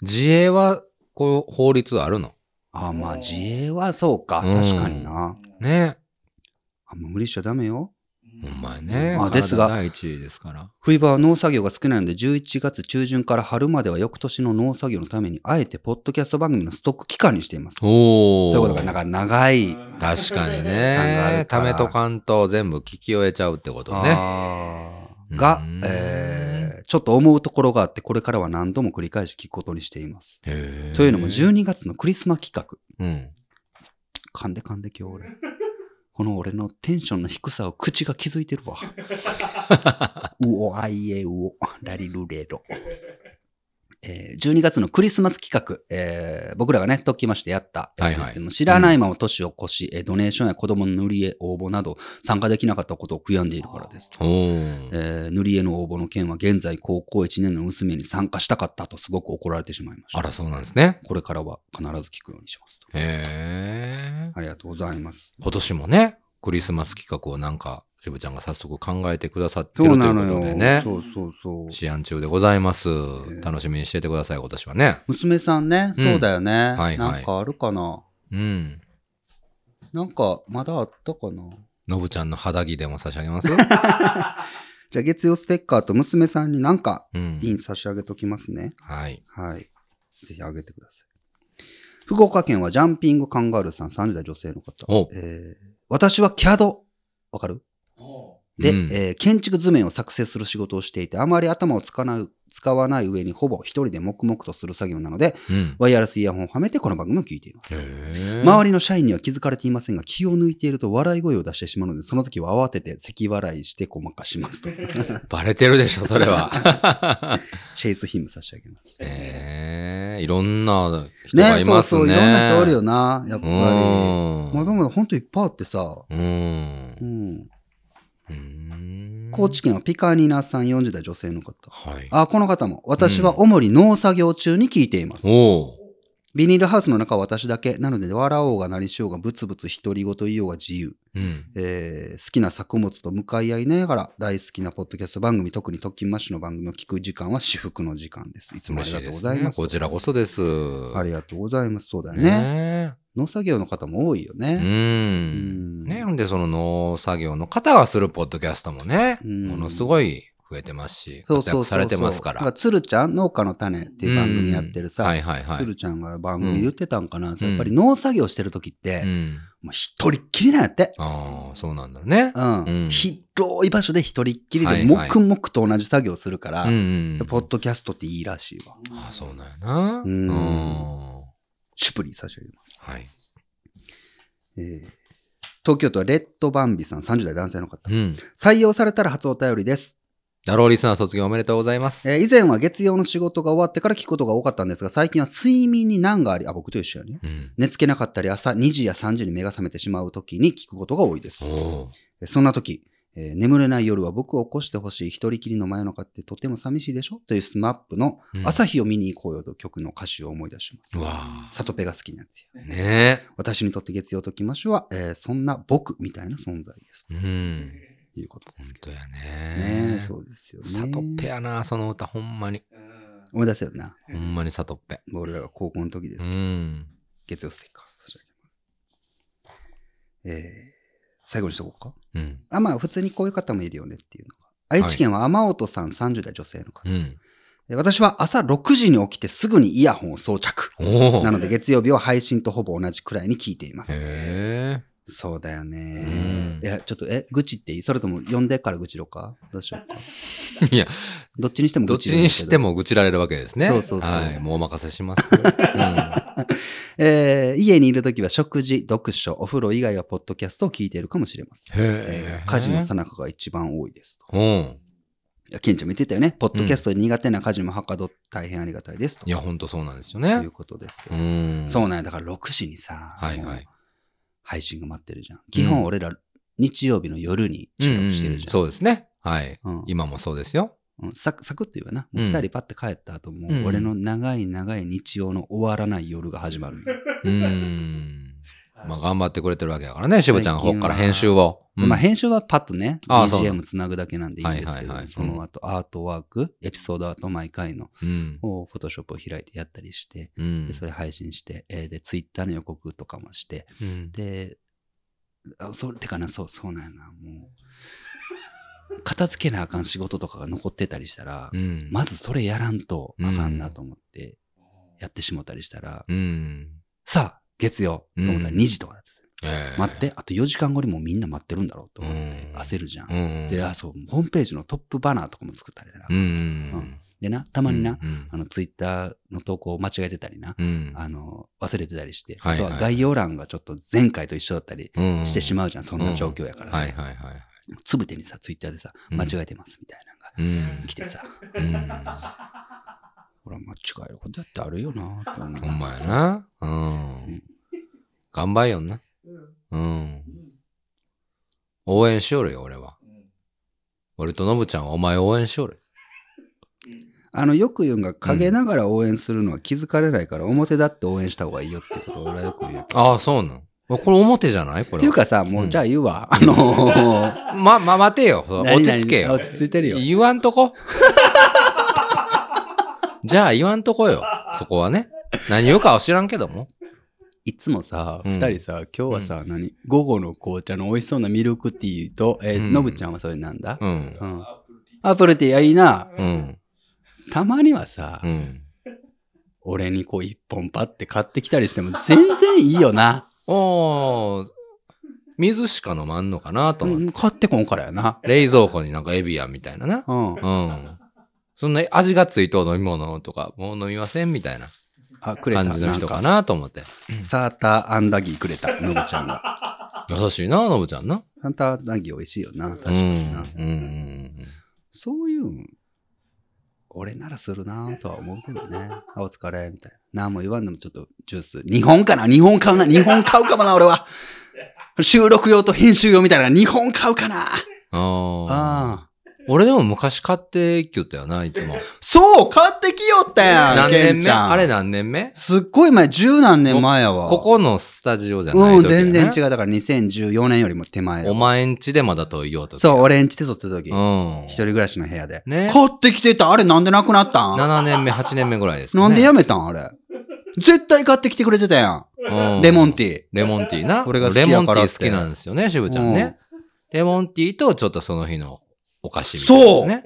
B: 自衛は、こう、法律あるの
A: あーまあ、自営はそうか。
B: うん
A: 確かにな。
B: ね
A: あんま無理しちゃダメよ。
B: ほんまやね。
A: まあですが
B: 体第一位ですから。
A: 冬場は農作業が少ないので、11月中旬から春までは翌年の農作業のために、あえてポッドキャスト番組のストック期間にしています。
B: おお。
A: そういうことが、なんか長い。
B: 確かに
A: 感があ
B: ね
A: る。か
B: た
A: ら
B: めとかんと全部聞き終えちゃうってことね。
A: あー
B: う
A: が
B: ん、
A: えーちょっと思うところがあって、これからは何度も繰り返し聞くことにしています。
B: へー
A: というのも、12月のクリスマ企画。
B: うん。
A: 噛んで噛んで今日俺。 *laughs* この俺のテンションの低さを口が気づいてる
B: *laughs*
A: わ。うおあいえうお、ラリルレロ。えー12月のクリスマス企画、えー僕らがね、ときましてやったやつですけども、
B: はいはい
A: 知らないまま年を越し、えードネーションや子供の塗り絵、応募など参加できなかったことを悔やんでいるからです。
B: おー
A: えー塗り絵の応募の件は現在高校1年の娘に参加したかったとすごく怒られてしまいました。
B: あら、そうなんですね。
A: これからは必ず聞くようにしますと。
B: へえ。
A: ありがとうございます。
B: 今年もね、クリスマス企画をなんか、しぶちゃんが早速考えてくださって
A: そ
B: ると
A: う
B: い
A: な
B: うこ
A: の
B: とで
A: よ。
B: ね。
A: そうそうそう。
B: 試案中でございます。楽しみにしててください、今年はね。
A: 娘さんね、
B: うん
A: そうだよね。
B: はい
A: なんかあるかな
B: うん。
A: なんかまだあったかな
B: のぶちゃんの肌着でも差し上げ
A: *laughs*
B: ます
A: じゃあ月曜ステッカーと娘さんになんか
B: うん
A: い。いん差し上げときますね。
B: はい。
A: はい。ぜひあげてください。福岡県はジャンピングカンガルーさん、30代女性の
B: お
A: 方。えー私は CAD。わかる
C: お
A: で、
B: うん
A: えー建築図面を作成する仕事をしていて、あまり頭を使わない、使わない上にほぼ一人で黙々とする作業なので、
B: うん。
A: ワイヤレスイヤホンをはめてこの番組を聞いています。
B: へー
A: 周りの社員には気づかれていませんが、気を抜いていると笑い声を出してしまうので、その時は慌てて咳笑いしてごまかします
B: *laughs*
A: と。
B: バレてるでしょ、そ
A: *laughs*
B: れは。
A: チェイスヒム差し上げます。
B: ええいろんな人
A: ね
B: がいますね。
A: そうそう、いろんな人おるよな、やっぱり。
B: うん
A: まだまだほんといっぱいあってさ、
B: うん
A: う。ん。
B: うん
A: 高知県はピカニナさん40代女性の方。
B: はい。
A: あ、この方も。私は主に農作業中に聞いています。
B: おう
A: ビニールハウスの中は私だけ。なので、笑おうが何しようが、ブツブツ独り言言いようが自由。
B: うん。
A: えー好きな作物と向かい合いながら、大好きなポッドキャスト番組、特に特勤マッシュの番組を聞く時間は至福の時間です。いつもあ
B: 嬉
A: りが
B: し
A: と
B: いで
A: うご
B: す
A: ざい
B: ね
A: ま。す。
B: こちらこそです。
A: ありがとうございます。そうだよね。
B: ね
A: 農作業の方も多いよ
B: え。う
A: ね。
B: ん。ねほんで、その農作業の方がするポッドキャストもね、
A: うん
B: ものすごい増えてますし、
A: そう
B: 活
A: そうそう
B: 躍
A: そ
B: さ
A: う。
B: れてますから。
A: だから、つるちゃん、農家の種っていう番組やってるさ、
B: うんはいはいはい
A: つるちゃんが番組言ってたんかな、やっぱり農作業してる時って、
B: うん。
A: もう一人っきりなんやって。
B: ああ、そうなんだろうね。
A: うん。
B: うん
A: 広い場所で一人っきり
B: は
A: で、
B: いはい
A: 黙々と同じ作業するから、
B: うん。
A: ポッドキャストっていいらしいわ。
B: ああ、そうなんやな。
A: う
B: うんん。
A: シュプリー差し上げます。
B: はい。
A: えー東京都はレッドバンビさん、30代男性の方。
B: うん。
A: 採用されたら初お便りです。
B: ダローリスナー卒業おめでとうございます。
A: えー以前は月曜の仕事が終わってから聞くことが多かったんですが、最近は睡眠に難があり、あ、僕と一緒やね。
B: うん。
A: 寝つけなかったり、朝2時や3時に目が覚めてしまう時に聞くことが多いです。
B: おう
A: えそんな時、えー眠れない夜は僕を起こしてほしい、一人きりの真夜中ってとても寂しいでしょというスマップの
B: うん
A: 朝日を見に行こうよと曲の歌詞を思い出します。
B: うわ
A: サトペが好きなやつや。
B: ぁ。ね
A: 私にとって月曜ときましは、えーそんな僕みたいな存在です。
B: え。うん。
A: ということで
B: 本
A: すけ
B: 当や
A: どね。
B: ね。
A: そうですよね。
B: サトッペやな、その歌、ほんまに。
C: うん
A: 思い出せるな。
B: ほんまにサトッペ。
A: 俺らが高校の時で
B: う
A: すけど、
B: ん。
A: 月曜ステッカー差し上げます。えー最後にしとこうか。
B: うん。
A: あ、まあ普通にこういう方もいるよねっていうのが。愛知県は天音さん30代女性の方。
B: うん。
A: で私は朝6時に起きてすぐにイヤホンを装着。
B: おお。
A: なので月曜日は配信とほぼ同じくらいに聞いています。
B: へえ。
A: そうだよ
B: う
A: ね。
B: ん
A: い。や、ちょっと、え、愚痴っていいそれとも呼んでから愚痴ろうかどうしようか。
B: *laughs* いや、
A: どっちにしても
B: ど
A: 愚
B: っ
A: 痴
B: ち
A: なん
B: に
A: です
B: し
A: けど
B: て。も愚痴られるわけですね。
A: そうそうそう
B: はい。もうお任せします。うん。
A: えー家にいるときは食事、読書、お風呂以外はポッドキャストを聞いているかもしれません。
B: へ
A: え
B: え。
A: ー家事のさなかが一番多いですと。
B: うん。
A: いや、ケンちゃんも言ってたよね。ポッドキャストで苦手な家事もはかど大変ありがたいですと。
B: いや、ほんとそうなんですよ
A: とい
B: ね
A: う。ことですけ
B: う
A: ど。
B: ん。
A: そうなんや。だから6時にさ、
B: はいは
A: もう
B: い
A: 配信が待ってるじゃん。基本俺ら日曜日の夜に収録してるじゃん。
B: そうですね。はい。
A: うん
B: 今もそうですよ。
A: うんサクサクって言うよな。
B: うん
A: 二、人パッて帰った後も、
B: うん
A: 俺の長い長い日曜の終わらない夜が始まる。
B: うーん。まあ、頑張ってくれてるわけだからね、しぶちゃんの方から編集を。うん
A: まあ編集はパッとね、
B: ああそう
A: BGM つなぐだけなんでいいんです
B: は
A: け
B: い
A: ど
B: はいは、い
A: その後アートワーク、エピソードアート毎回の
B: うん。
A: をフォトショップを開いてやったりして、
B: うん
A: で、それ配信して、えーで、ツイッターの予告とかもして、
B: うん
A: で、あそれてかな、そう、そうなんやな、もう。片付けなあかん仕事とかが残ってたりしたら、
B: うん。
A: まずそれやらんとあかんなと思って、やってしもたりしたら、
B: うん。
A: さあ、月曜、と思ったら
B: うん
A: 2時とかだった。
B: ええ
A: 待っ。て、あと4時間後にもうみんな待ってるんだろうと思っ
B: う
A: て
B: ん
A: 焦るじゃん。
B: うん。
A: で、あ、そう、ホームページのトップバナーとかも作ったりだな。
B: うん。
A: でな、た
B: た
A: まにな、
B: うん
A: あの、ツイッターの投稿を間違えてたりな、
B: うん。
A: あの、忘れてたりして、
B: はいはい
A: あとは概要欄がちょっと前回と一緒だったり
B: うん
A: してし
B: ま
A: まうじゃん、そんな状況やからさ。
B: はいはいはい。
A: つぶてにさ、ツイッターでさ、
B: うん
A: 間違えてますみたいなのが
B: うん
A: 来て
B: *laughs*
A: さ、
B: うん。
A: ほら、間違えることだってあるよなと思う
B: ほんまやな。うん。頑張れよな。
C: う
B: うん
C: んう。ん
B: 応援しよるよ、俺は。
C: うん
B: 俺とノブちゃんはお前応援しよる。
A: あの、よく言うんが、陰ながら応援するのは気づかれないから、表立って応援した方がいいよっていうことを俺はよ
B: *laughs*
A: く言う。
B: ああ、そうなの。これ表じゃないこれは。
A: っていうかさ、もう、
B: ん
A: じゃあ言うわ。あのー、
B: ま、ま、待てよ。 *laughs* 落
A: 何々
B: ち着け
A: あ
B: よ。
A: 落ち着いてるよ。
B: 言わんとこ。 *laughs* じゃあ言わんとこよ。そこはね。何言うかは知らんけども。
A: いつもさ、
B: うん
A: 二人さ、今日はさ、何午後の紅茶の美味しそうなミルクティーと、えー、
B: うん
A: のぶちゃんはそれなんだ
B: うん。
A: うん。
C: アップルテ
A: アップルテ
C: ィ
A: ィー、あいいな。
B: うん。
A: たまにはさ
B: う、ん。
A: 俺にこう一本パって買ってきたりしても全然いいよな。
B: おー、水しか飲まんのかなと思って。
A: うん買ってこんからやな。
B: 冷蔵庫になんかエビアンみたいなな。
A: うん。
B: うん。そんな味がついとう飲み物とか、もう飲みませんみたいな
A: あ、くれた。
B: 感じの人
A: な
B: か
A: ん
B: なと思って。
A: サーターアンダギーくれた、のぶちゃんが。
B: 優しいな、のぶちゃんな。
A: サーターアンダギー美味しいよな。確か
B: うん。
A: にな。
B: うんうんうん。
A: そういうん、俺ならするなぁとは思うけどね。 *laughs* あ、お疲れ、みたいな。何も言わんでもちょっとジュース。日本かな日本買うな日本買うかもな俺は収録用と編集用みたいな。日本買うかな
B: ああ。
A: ああ。
B: 俺でも昔買ってきよったよな、いつ
A: *laughs*
B: も。
A: そう買ってきよったやん
B: 何
A: ケ
B: 年
A: ン
B: 目
A: ちゃん
B: あれ何年目
A: すっごい前、十何年前やわ。
B: ここのスタジオじゃない
A: うん、
B: 時やな
A: 全然違う。だから2014年よりも手前
B: お。前んちでまだと言おうと。
A: そう、俺んちで撮ってた時。一
B: うん。
A: 人暮らしの部屋で。
B: ね
A: 買ってきてたあれなんでなくなったん
B: 7年目、8年目ぐらいですか
A: な
B: ね。
A: んでやめたんあ
B: *laughs*
A: れ。絶対買ってきてくれてたや。
B: うんん
A: レモンテ
B: レモンティーな。
A: 俺が好きや
B: レ
A: から
B: モ
A: って
B: ンティー好きなんですよね、しぶちゃんね。レモンティーとちょっとその日のお菓子みたいなのね。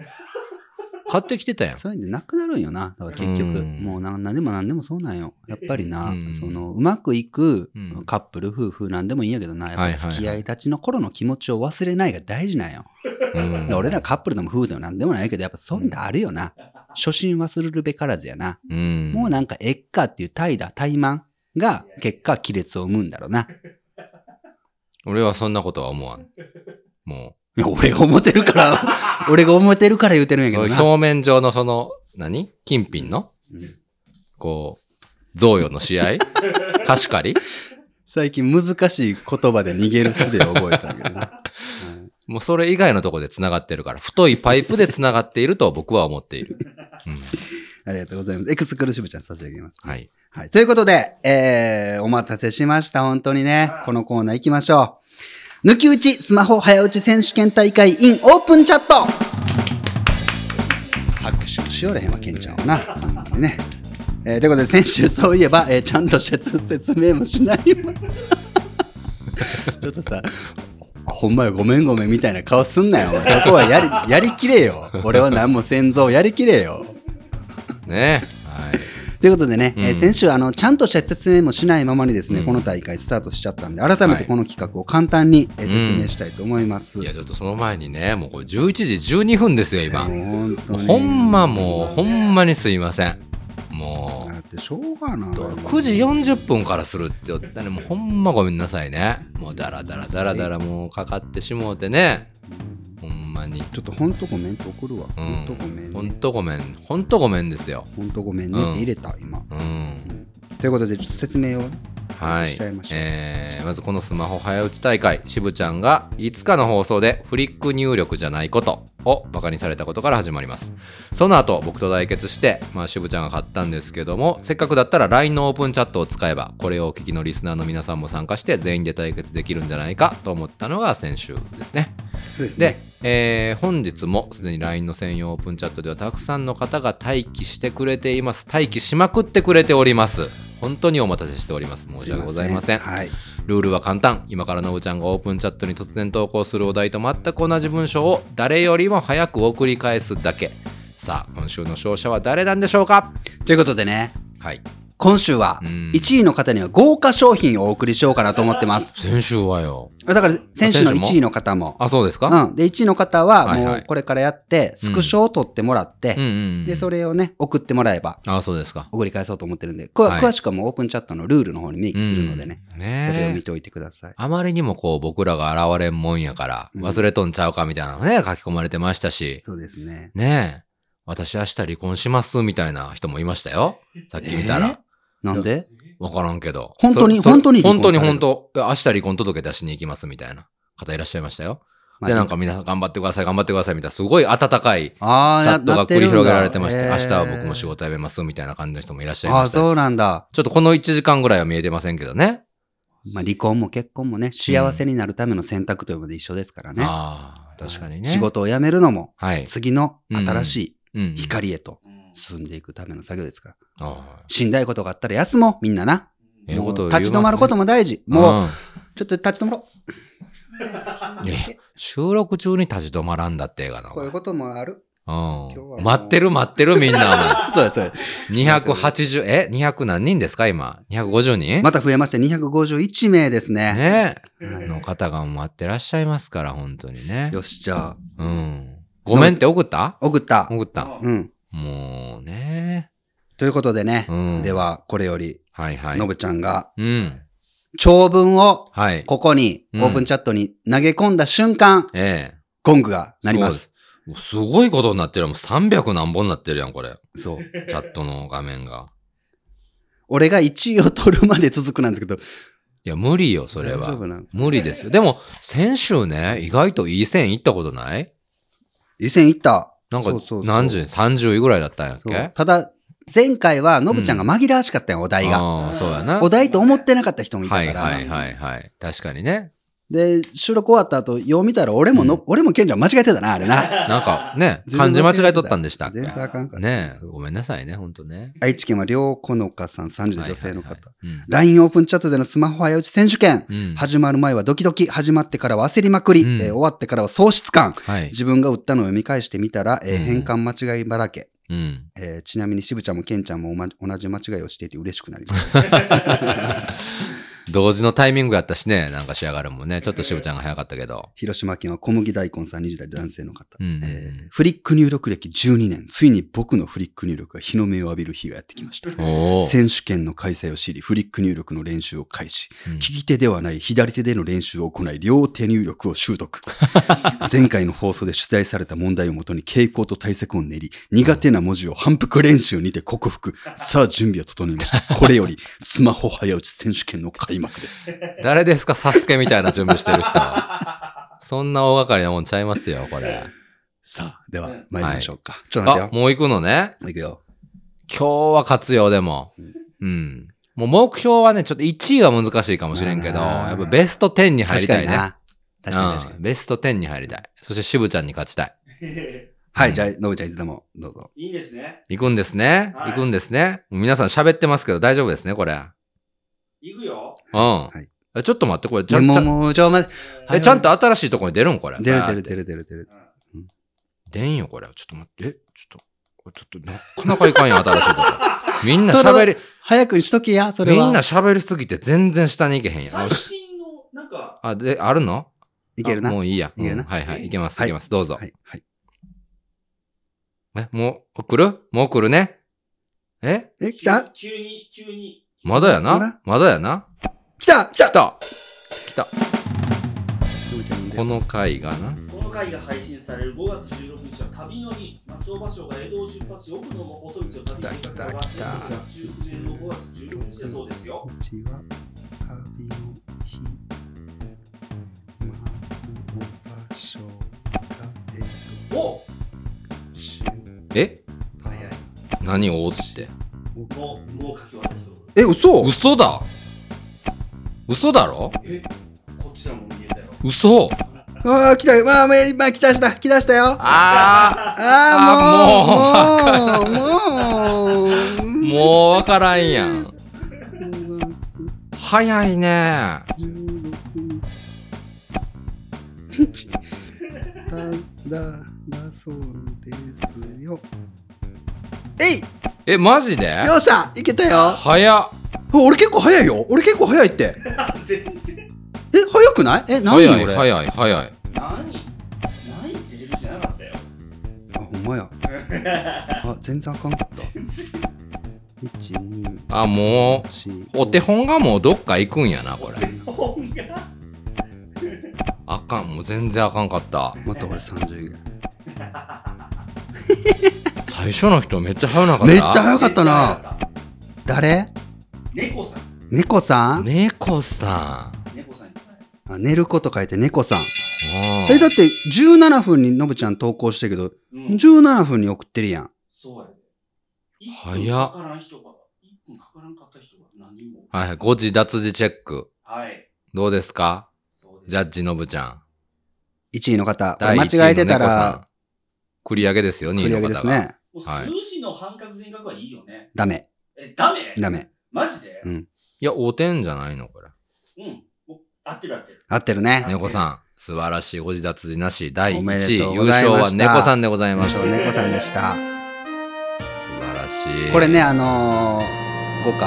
B: 買ってきてたや
A: ィー。
B: ん。
A: そういうんでなくなるんよな。だから結局、
B: うん
A: もうな何でも何でもそうなんよ。やっぱりな、
B: うん
A: その、うまくいく
B: うん
A: カップル、夫婦なんでもいいんやけどな、やっぱ
B: はい
A: り
B: はいはい
A: 付き合いたちの頃の気持ちを忘れないが大事なんよ。
B: うん
A: で俺らカップルでも夫婦でもなんでもないけど、やっぱそういうのあるよな。初心忘れるべからずやな。
B: うん。
A: もうなんか、えっかっていう怠惰、怠慢が結果、亀裂を生むんだろうな。
B: 俺はそんなことは思
A: *laughs*
B: わん。も
A: いや、俺が思ってるから、俺が思ってるから言うてるんや
B: う、
A: けどな。
B: 表面上のその、何金品の
A: うん
B: こう、贈与の試
A: *laughs*
B: 合貸し借り
A: 最近難しい言葉で逃げる術を覚えたけどな。うん
B: もうそれ以外のとこで繋がってるから、太いパイプで繋がっていると僕は思っている。
A: ありがとうございます。エクスクルーシブちゃん差し上げます。
B: はい。
A: はい。ということで、えー、お待たせしました。本当にね。このコーナー行きましょう。抜き打ちスマホ早打ち選手権大会 in オープンチャット拍手もしよれへんわ、ケンちゃんはな。本当にね。えー、ということで、先週そういえば、えーちゃんと説説明もしないわ。 *laughs* ちょっとさ、ほんまよ、ごめんごめんみたいな顔すんなよ。お前そこはやり、やりきれよ。俺は何もせんぞ、やりきれよ。
B: ねはい。
A: ということでね、えー
B: うん
A: 先週あの、ちゃんとした説明もしないままにですね、この大会スタートしちゃったんで、改め
B: は
A: て
B: い
A: この企画を簡単に、えー説明したいと思います。
B: いや、ちょっとその前にね、もうこれ11時12分ですよ、今。
A: もう本当に。
B: ほんまもう、ほんまにすいません。も、
A: だってしょうがないう
B: 9時40分からするって言ったね、もうほんまごめんなさいね。もうダラダラダラダラもうかかってしもうてね。ほんまに。
A: ちょっとほんとごめんと送るわ。
B: う
A: ほんとごめん
B: ん。ほん
A: ね。
B: とごめん。ほんとごめんですよ。
A: ほんとごめんねって入れた、今。
B: うん。
A: ということで、ちょっと説明をね、
B: は
A: し
B: い
A: ちゃいまし。ょう。
B: えー、まずこのスマホ早打ち大会、しぶちゃんが5日の放送でフリック入力じゃないことをバカにされたことから始まります。その後、僕と対決して、まあ、しぶちゃんが買ったんですけども、せっかくだったら LINE のオープンチャットを使えば、これをお聞きのリスナーの皆さんも参加して全員で対決できるんじゃないかと思ったのが先週ですね。
A: そうですね
B: で、えー本日もすでに LINE の専用オープンチャットではたくさんの方が待機してくれています。待機しまくってくれております。本当にお待たせしております。申し訳ございません。
A: はい。
B: ルールは簡単。今からのぶちゃんがオープンチャットに突然投稿するお題と全く同じ文章を誰よりも早く送り返すだけ。さあ、今週の勝者は誰なんでしょうか
A: ということでね、
B: はい。
A: 今週は
B: うん
A: 1位の方には豪華商品をお送りしようかなと思って
B: *laughs*
A: ます。
B: 先週はよ。
A: だから、先週の
B: 先週も
A: 1位の方も、
B: あ、そうですか、
A: うん。で、1位の方は、
B: はい
A: も
B: はいう
A: これからやって、スクショを取ってもらって、
B: うん、うんうん。
A: で、それをね、送ってもらえば、
B: あ、そうですか。
A: 送り返そうと思ってるんで、くわ
B: はい
A: 詳しくはもうオープンチャットのルールの方に明記するのでね、
B: うん。
A: それを見
B: ねえ。
A: ておいてください。
B: あまりにもこう僕らが現れんもんやから、
A: うん
B: 忘れとんちゃうかみたいなのね、書き込まれてましたし。
A: そうですね。
B: ねえ。私明日離婚しますみたいな人もいましたよ。さっき見たら。
A: なんで
B: わからんけど。
A: 本当に
B: そそ
A: 本当に離婚される
B: 本当に本当。明日離婚届出しに行きますみたいな方いらっしゃいましたよ。
A: まあ
B: で、なんか皆さん頑張ってください、頑張ってくださいみたいな、すごい温かいチ
A: あー
B: ャ
A: な
B: ット
A: な
B: が
A: ってる
B: 繰
A: んだ
B: り広げられてまして、
A: へー
B: 明日は僕も仕事辞めますみたいな感じの人もいらっしゃい
A: あ
B: ま
A: あ、
B: した
A: そう
B: し。
A: なんだ。
B: ちょっとこの1時間ぐらいは見えてませんけどね。
A: まあ、離婚も結婚もね、幸せになるための選択というので一緒ですからね。
B: ああ、確かにね。
A: 仕。事を辞めるのも、
B: はい。
A: 次の新し
B: うんうん
A: い光へと
C: うん
A: 進んでいくための作業ですから。
B: ああ
A: しんだいことがあったら休もう、みんなな。
B: ええ
A: も
B: こ
A: う
B: とを言いますね
A: 立ち止まることも大事。もう、
B: ん
A: ちょっと立ち止まろう。
B: いや収録中に立ち止まらんだって映画の。 *laughs*
A: こういうこともある。
B: う
A: は
B: ん。待ってる待ってるみん
A: *laughs*
B: な。
A: そうですそうで
B: 280、え ?200 何人ですか今。250人
A: す。また増えまして、251名ですね。
B: ね
A: はい
B: の方が待ってらっしゃいますから、本当にね。
A: よし、じゃあ、
B: うん。ごめんって送った
A: 送った。
B: 送った。
A: うん。
B: もうね。
A: ということでね。
B: うん。
A: では、これより、
B: はいはい
A: の。ぶちゃんが、
B: うん。
A: 長文を、
B: はい。
A: ここに、
B: うん
A: オープンチャットに投げ込んだ瞬間、
B: ええ。
A: ゴングが鳴ります。
B: そうです。もうすごいことになってるやん。もう300何本になってるやん、これ。
A: そう。
B: チャットの画面が。
A: 俺が1位を取るまで続くなんですけど、
B: いや、無理よ、それ
A: 大丈
B: は
A: 夫。なの
B: 無理ですよ。でも、先週ね、意外といい線いったことない
A: 湯煎行った。
B: なんか
A: そうそうそ、う
B: 何十、30位ぐらいだったんやっ
A: そう
B: け
A: ただ、前回は、のぶちゃんが紛らわしかったよ、お題が。
B: ああ、そうやな。
A: お題と思ってなかった人もいた
B: は
A: か
B: い
A: ら。
B: はいはいはい。確かにね。
A: で、収録終わった後、よう見たら、俺もの、俺もケンちゃん間違えてたな、あれな。
B: なん
A: *laughs*、
B: かね
A: 全然
B: 漢字間違えとったんでしたっけ
A: 全然あかんかった
B: ねえ
A: そう
B: ごめんなさいね、ほんとね。
A: 愛知県は、りょうこのかさん、30代女性の方。
B: はいはいはい
A: LINE オープンチャットでのスマホ早打ち選手権。
B: うん。うん
A: 始まる前はドキドキ、始まってからは焦りまくり、
B: うん
A: えー終わってからは喪失感。
B: はい。
A: 自分が打ったのを読み返してみたら、えー
B: うん
A: 変換間違いばらけ。
B: うん。
A: えーちなみに渋ちゃんもケンちゃんもおま同じ間違いをしていて嬉しくなりま
B: *laughs*
A: した。
B: 同時のタイミングやったしね、なんか仕上がるもんね。ちょっとしぶちゃんが早かったけど。
A: 広島県は小麦大根さん20代男性の方。
B: うんうんうん
A: えーフリック入力歴12年。ついに僕のフリック入力が日の目を浴びる日がやってきました。
B: おお。
A: 選手権の開催を知り、フリック入力の練習を開始。
B: うん
A: 利き手ではない左手での練習を行い、両手入力を習
B: *laughs*
A: 得。前回の放送で出題された問題をもとに傾向と対策を練り、苦手な文字を反復練習にて克服。さあ、準備は整いました。これよ
B: *laughs*
A: り、スマホ早打ち選手権の開幕です。
B: 誰ですか、サスケみたいな準備してる人。そんな大掛かりなもんちゃいますよ、これ。
A: さあ、では、参りましょうか。ちょっと待っ
B: あ、
A: てよ。
B: もう行くのね。
A: いくよ。
B: 今日は勝つよ、でも。うん。もう目標はね、ちょっと1位は難しいかもしれんけど、
A: まあな
B: やっぱベスト10に入り
A: 確かに
B: たいね。
A: な。確かに確か
B: う
A: に。
B: んベスト10に入りたい。そして渋ちゃんに勝ちたい。
A: はい、じゃあ、のぶちゃんいつでも、どうぞ。
C: *laughs* いいですね。
B: 行くんですね。
C: はい
B: 行くんですね。皆さん喋ってますけど大丈夫ですね、これ。うん。
C: いくよ。
A: い
B: えちょっと待って、これ、ち
A: じゃ
B: ゃ
A: あ、
B: ん
A: も
B: ち
A: う、
B: ゃん、
A: もう、ちょ、待って。
B: え、ちゃんと新しいところに出るんこれ。
A: 出る
B: バ
A: 出る
B: ーって
A: 出る出る出る。
B: 出んよ、これ。ちょっと待って。え、ちょっと、これちょっと、なかなかいかんよ、新しいところ。みんな喋り、
A: 早くにしときや、それ
B: み
A: は。
B: んな喋りすぎて全然下に行けへんやん。
C: 最
B: よし
C: 新の、なんか、
B: あ、で、あるの
A: いけるな。
B: あも
A: は
B: ういいや。
A: いけるな
B: うんはいはい。いけます、
A: はいい
B: けます。どうぞ。
A: い、はい。
B: え、もう、来るもう来るね。え
A: え、来た
C: 急急に、急に。
B: まだや
A: ま
B: な
A: だ
B: まだやな
A: 来た来た
B: 来た来た
A: のぶちゃんで
B: この回がな。
C: この回が配信される5月16日は旅の日、松尾芭蕉が江戸を出発し、奥の細道を旅に
B: 来た来た来た
C: 19年の5月16日だそうですよ。
A: うちは旅の日まずお場所がえっ
C: お
A: とし
B: え
C: 早い。
B: 何を追って。
C: もう、もう書き終わった人。
A: え嘘
B: 嘘だ嘘だろ
C: えこっちだもん見え *laughs* たよ。
B: 嘘
A: ああ来たまあまあまあ来たした来たしたよあ
B: あ
A: あもうもうも
B: ー
A: う
B: もうわからんやん。
A: 5月
B: 早いね
A: 16日ただだそうですよえい
B: え、マジで
A: よっしゃいけたよ
B: 早っ
A: 俺結構早いよ俺結構早いってえ
C: 全然。
A: 早くないえ何
B: 早い
A: 俺
B: 早い早い。
C: 何何ってレベルじゃなかったよ。
A: あほんまやあ全然あかんかった1 2
B: あ、も
A: 4
B: う、お手本がもうどっか行くんやな、これ。
C: 本が
B: あかん、もう全然あかんかった。
A: また俺30ぐ
B: 最初の人めっちゃ早なかった。
A: めっちゃ早かったな。誰
C: 猫さん。
A: 猫さん
B: 猫さん。
C: 猫さんじゃな
A: あ
C: い。
A: 寝ること書いて猫さん
B: うん
A: えだって17分にのぶちゃん投稿してるけど
C: うん。
A: 17分に送ってるやん
C: そうやで。
B: 早っ
C: 1分かからん人が、1分かからんかった人が何人も。
B: はい、誤字脱字チェック。
C: はい。
B: どうですか
C: そうです。
B: ジャッジのぶちゃん。
A: 1位の方
B: 第
A: 間
B: 1位の
A: 違えて
B: 猫
A: た
B: さん
A: ら。
B: 繰り上げですよ、2
A: 繰
B: 位
A: り
B: の
A: 上
B: 方
A: げ
B: が。
A: ですね
C: もう
B: はい
C: 数字の半角全角はいいよね。
A: ダメ
C: え、ダメ
A: ダメ
C: マジで
B: いや、おてんじゃないのこれ。
C: うん。もう合ってる合ってる。
A: 合ってるね
B: 猫さん、素晴らしいご自立時なし
A: お
B: 第1
A: めで
B: 位
A: とう
B: 優
A: ございました
B: 勝は猫さんでございます
A: そ
B: 素
A: う猫さんでした。
B: 晴らしい
A: これね、あのー、豪華、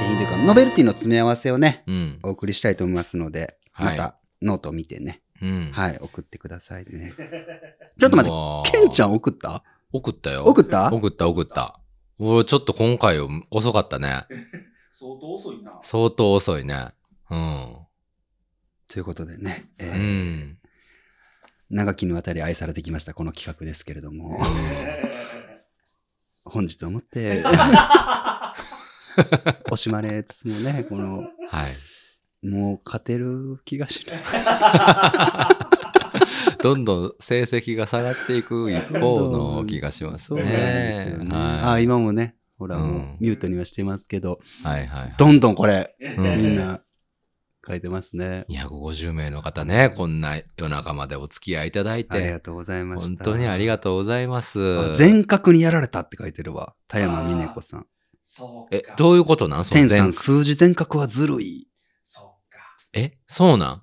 A: 景品というか、ノベルティの詰め合わせをね、
B: うん
A: お送りしたいと思いますので、
B: はい
A: またノートを見てね、
B: うん
A: はい、送ってくださいね。ちょっと待って、ケンちゃ
B: ん
A: ん送った
B: 送ったよ
A: 送った
B: 送った送った俺ちょっと今回遅かったね
C: 相当遅いな。
B: 相当遅いねうん
A: ということでね、え
B: う
A: ー
B: ん
A: 長きにわたり愛されてきました、この企画ですけれども、本日をも
B: *laughs*
A: って、惜しまれつつもね、この、
B: はい
A: もう勝てる気がしない。
B: どんどん成績が下がって
A: *laughs*
B: いく一 *laughs* 方の気がします
A: そうなんです
B: ね
A: よね。あ
B: はい
A: 今もね、ほら、もううんミュートにはしてますけど、
B: はいはい
A: どんどんこれ、
B: うん
A: みんな書いてますね。
B: 250名の方ね、こんな夜中までお付き合いいただい
A: あり
B: て、
A: がとうございました。
B: 本当にありがとうございます。
A: 全角にやられたって書いてるわ。田山美奈子さん。
C: *laughs* そうか。
B: え、どういうことなんその
A: 天さ
B: 全
A: ん、数字全角はずるい。
C: そうか。
B: え、そうなん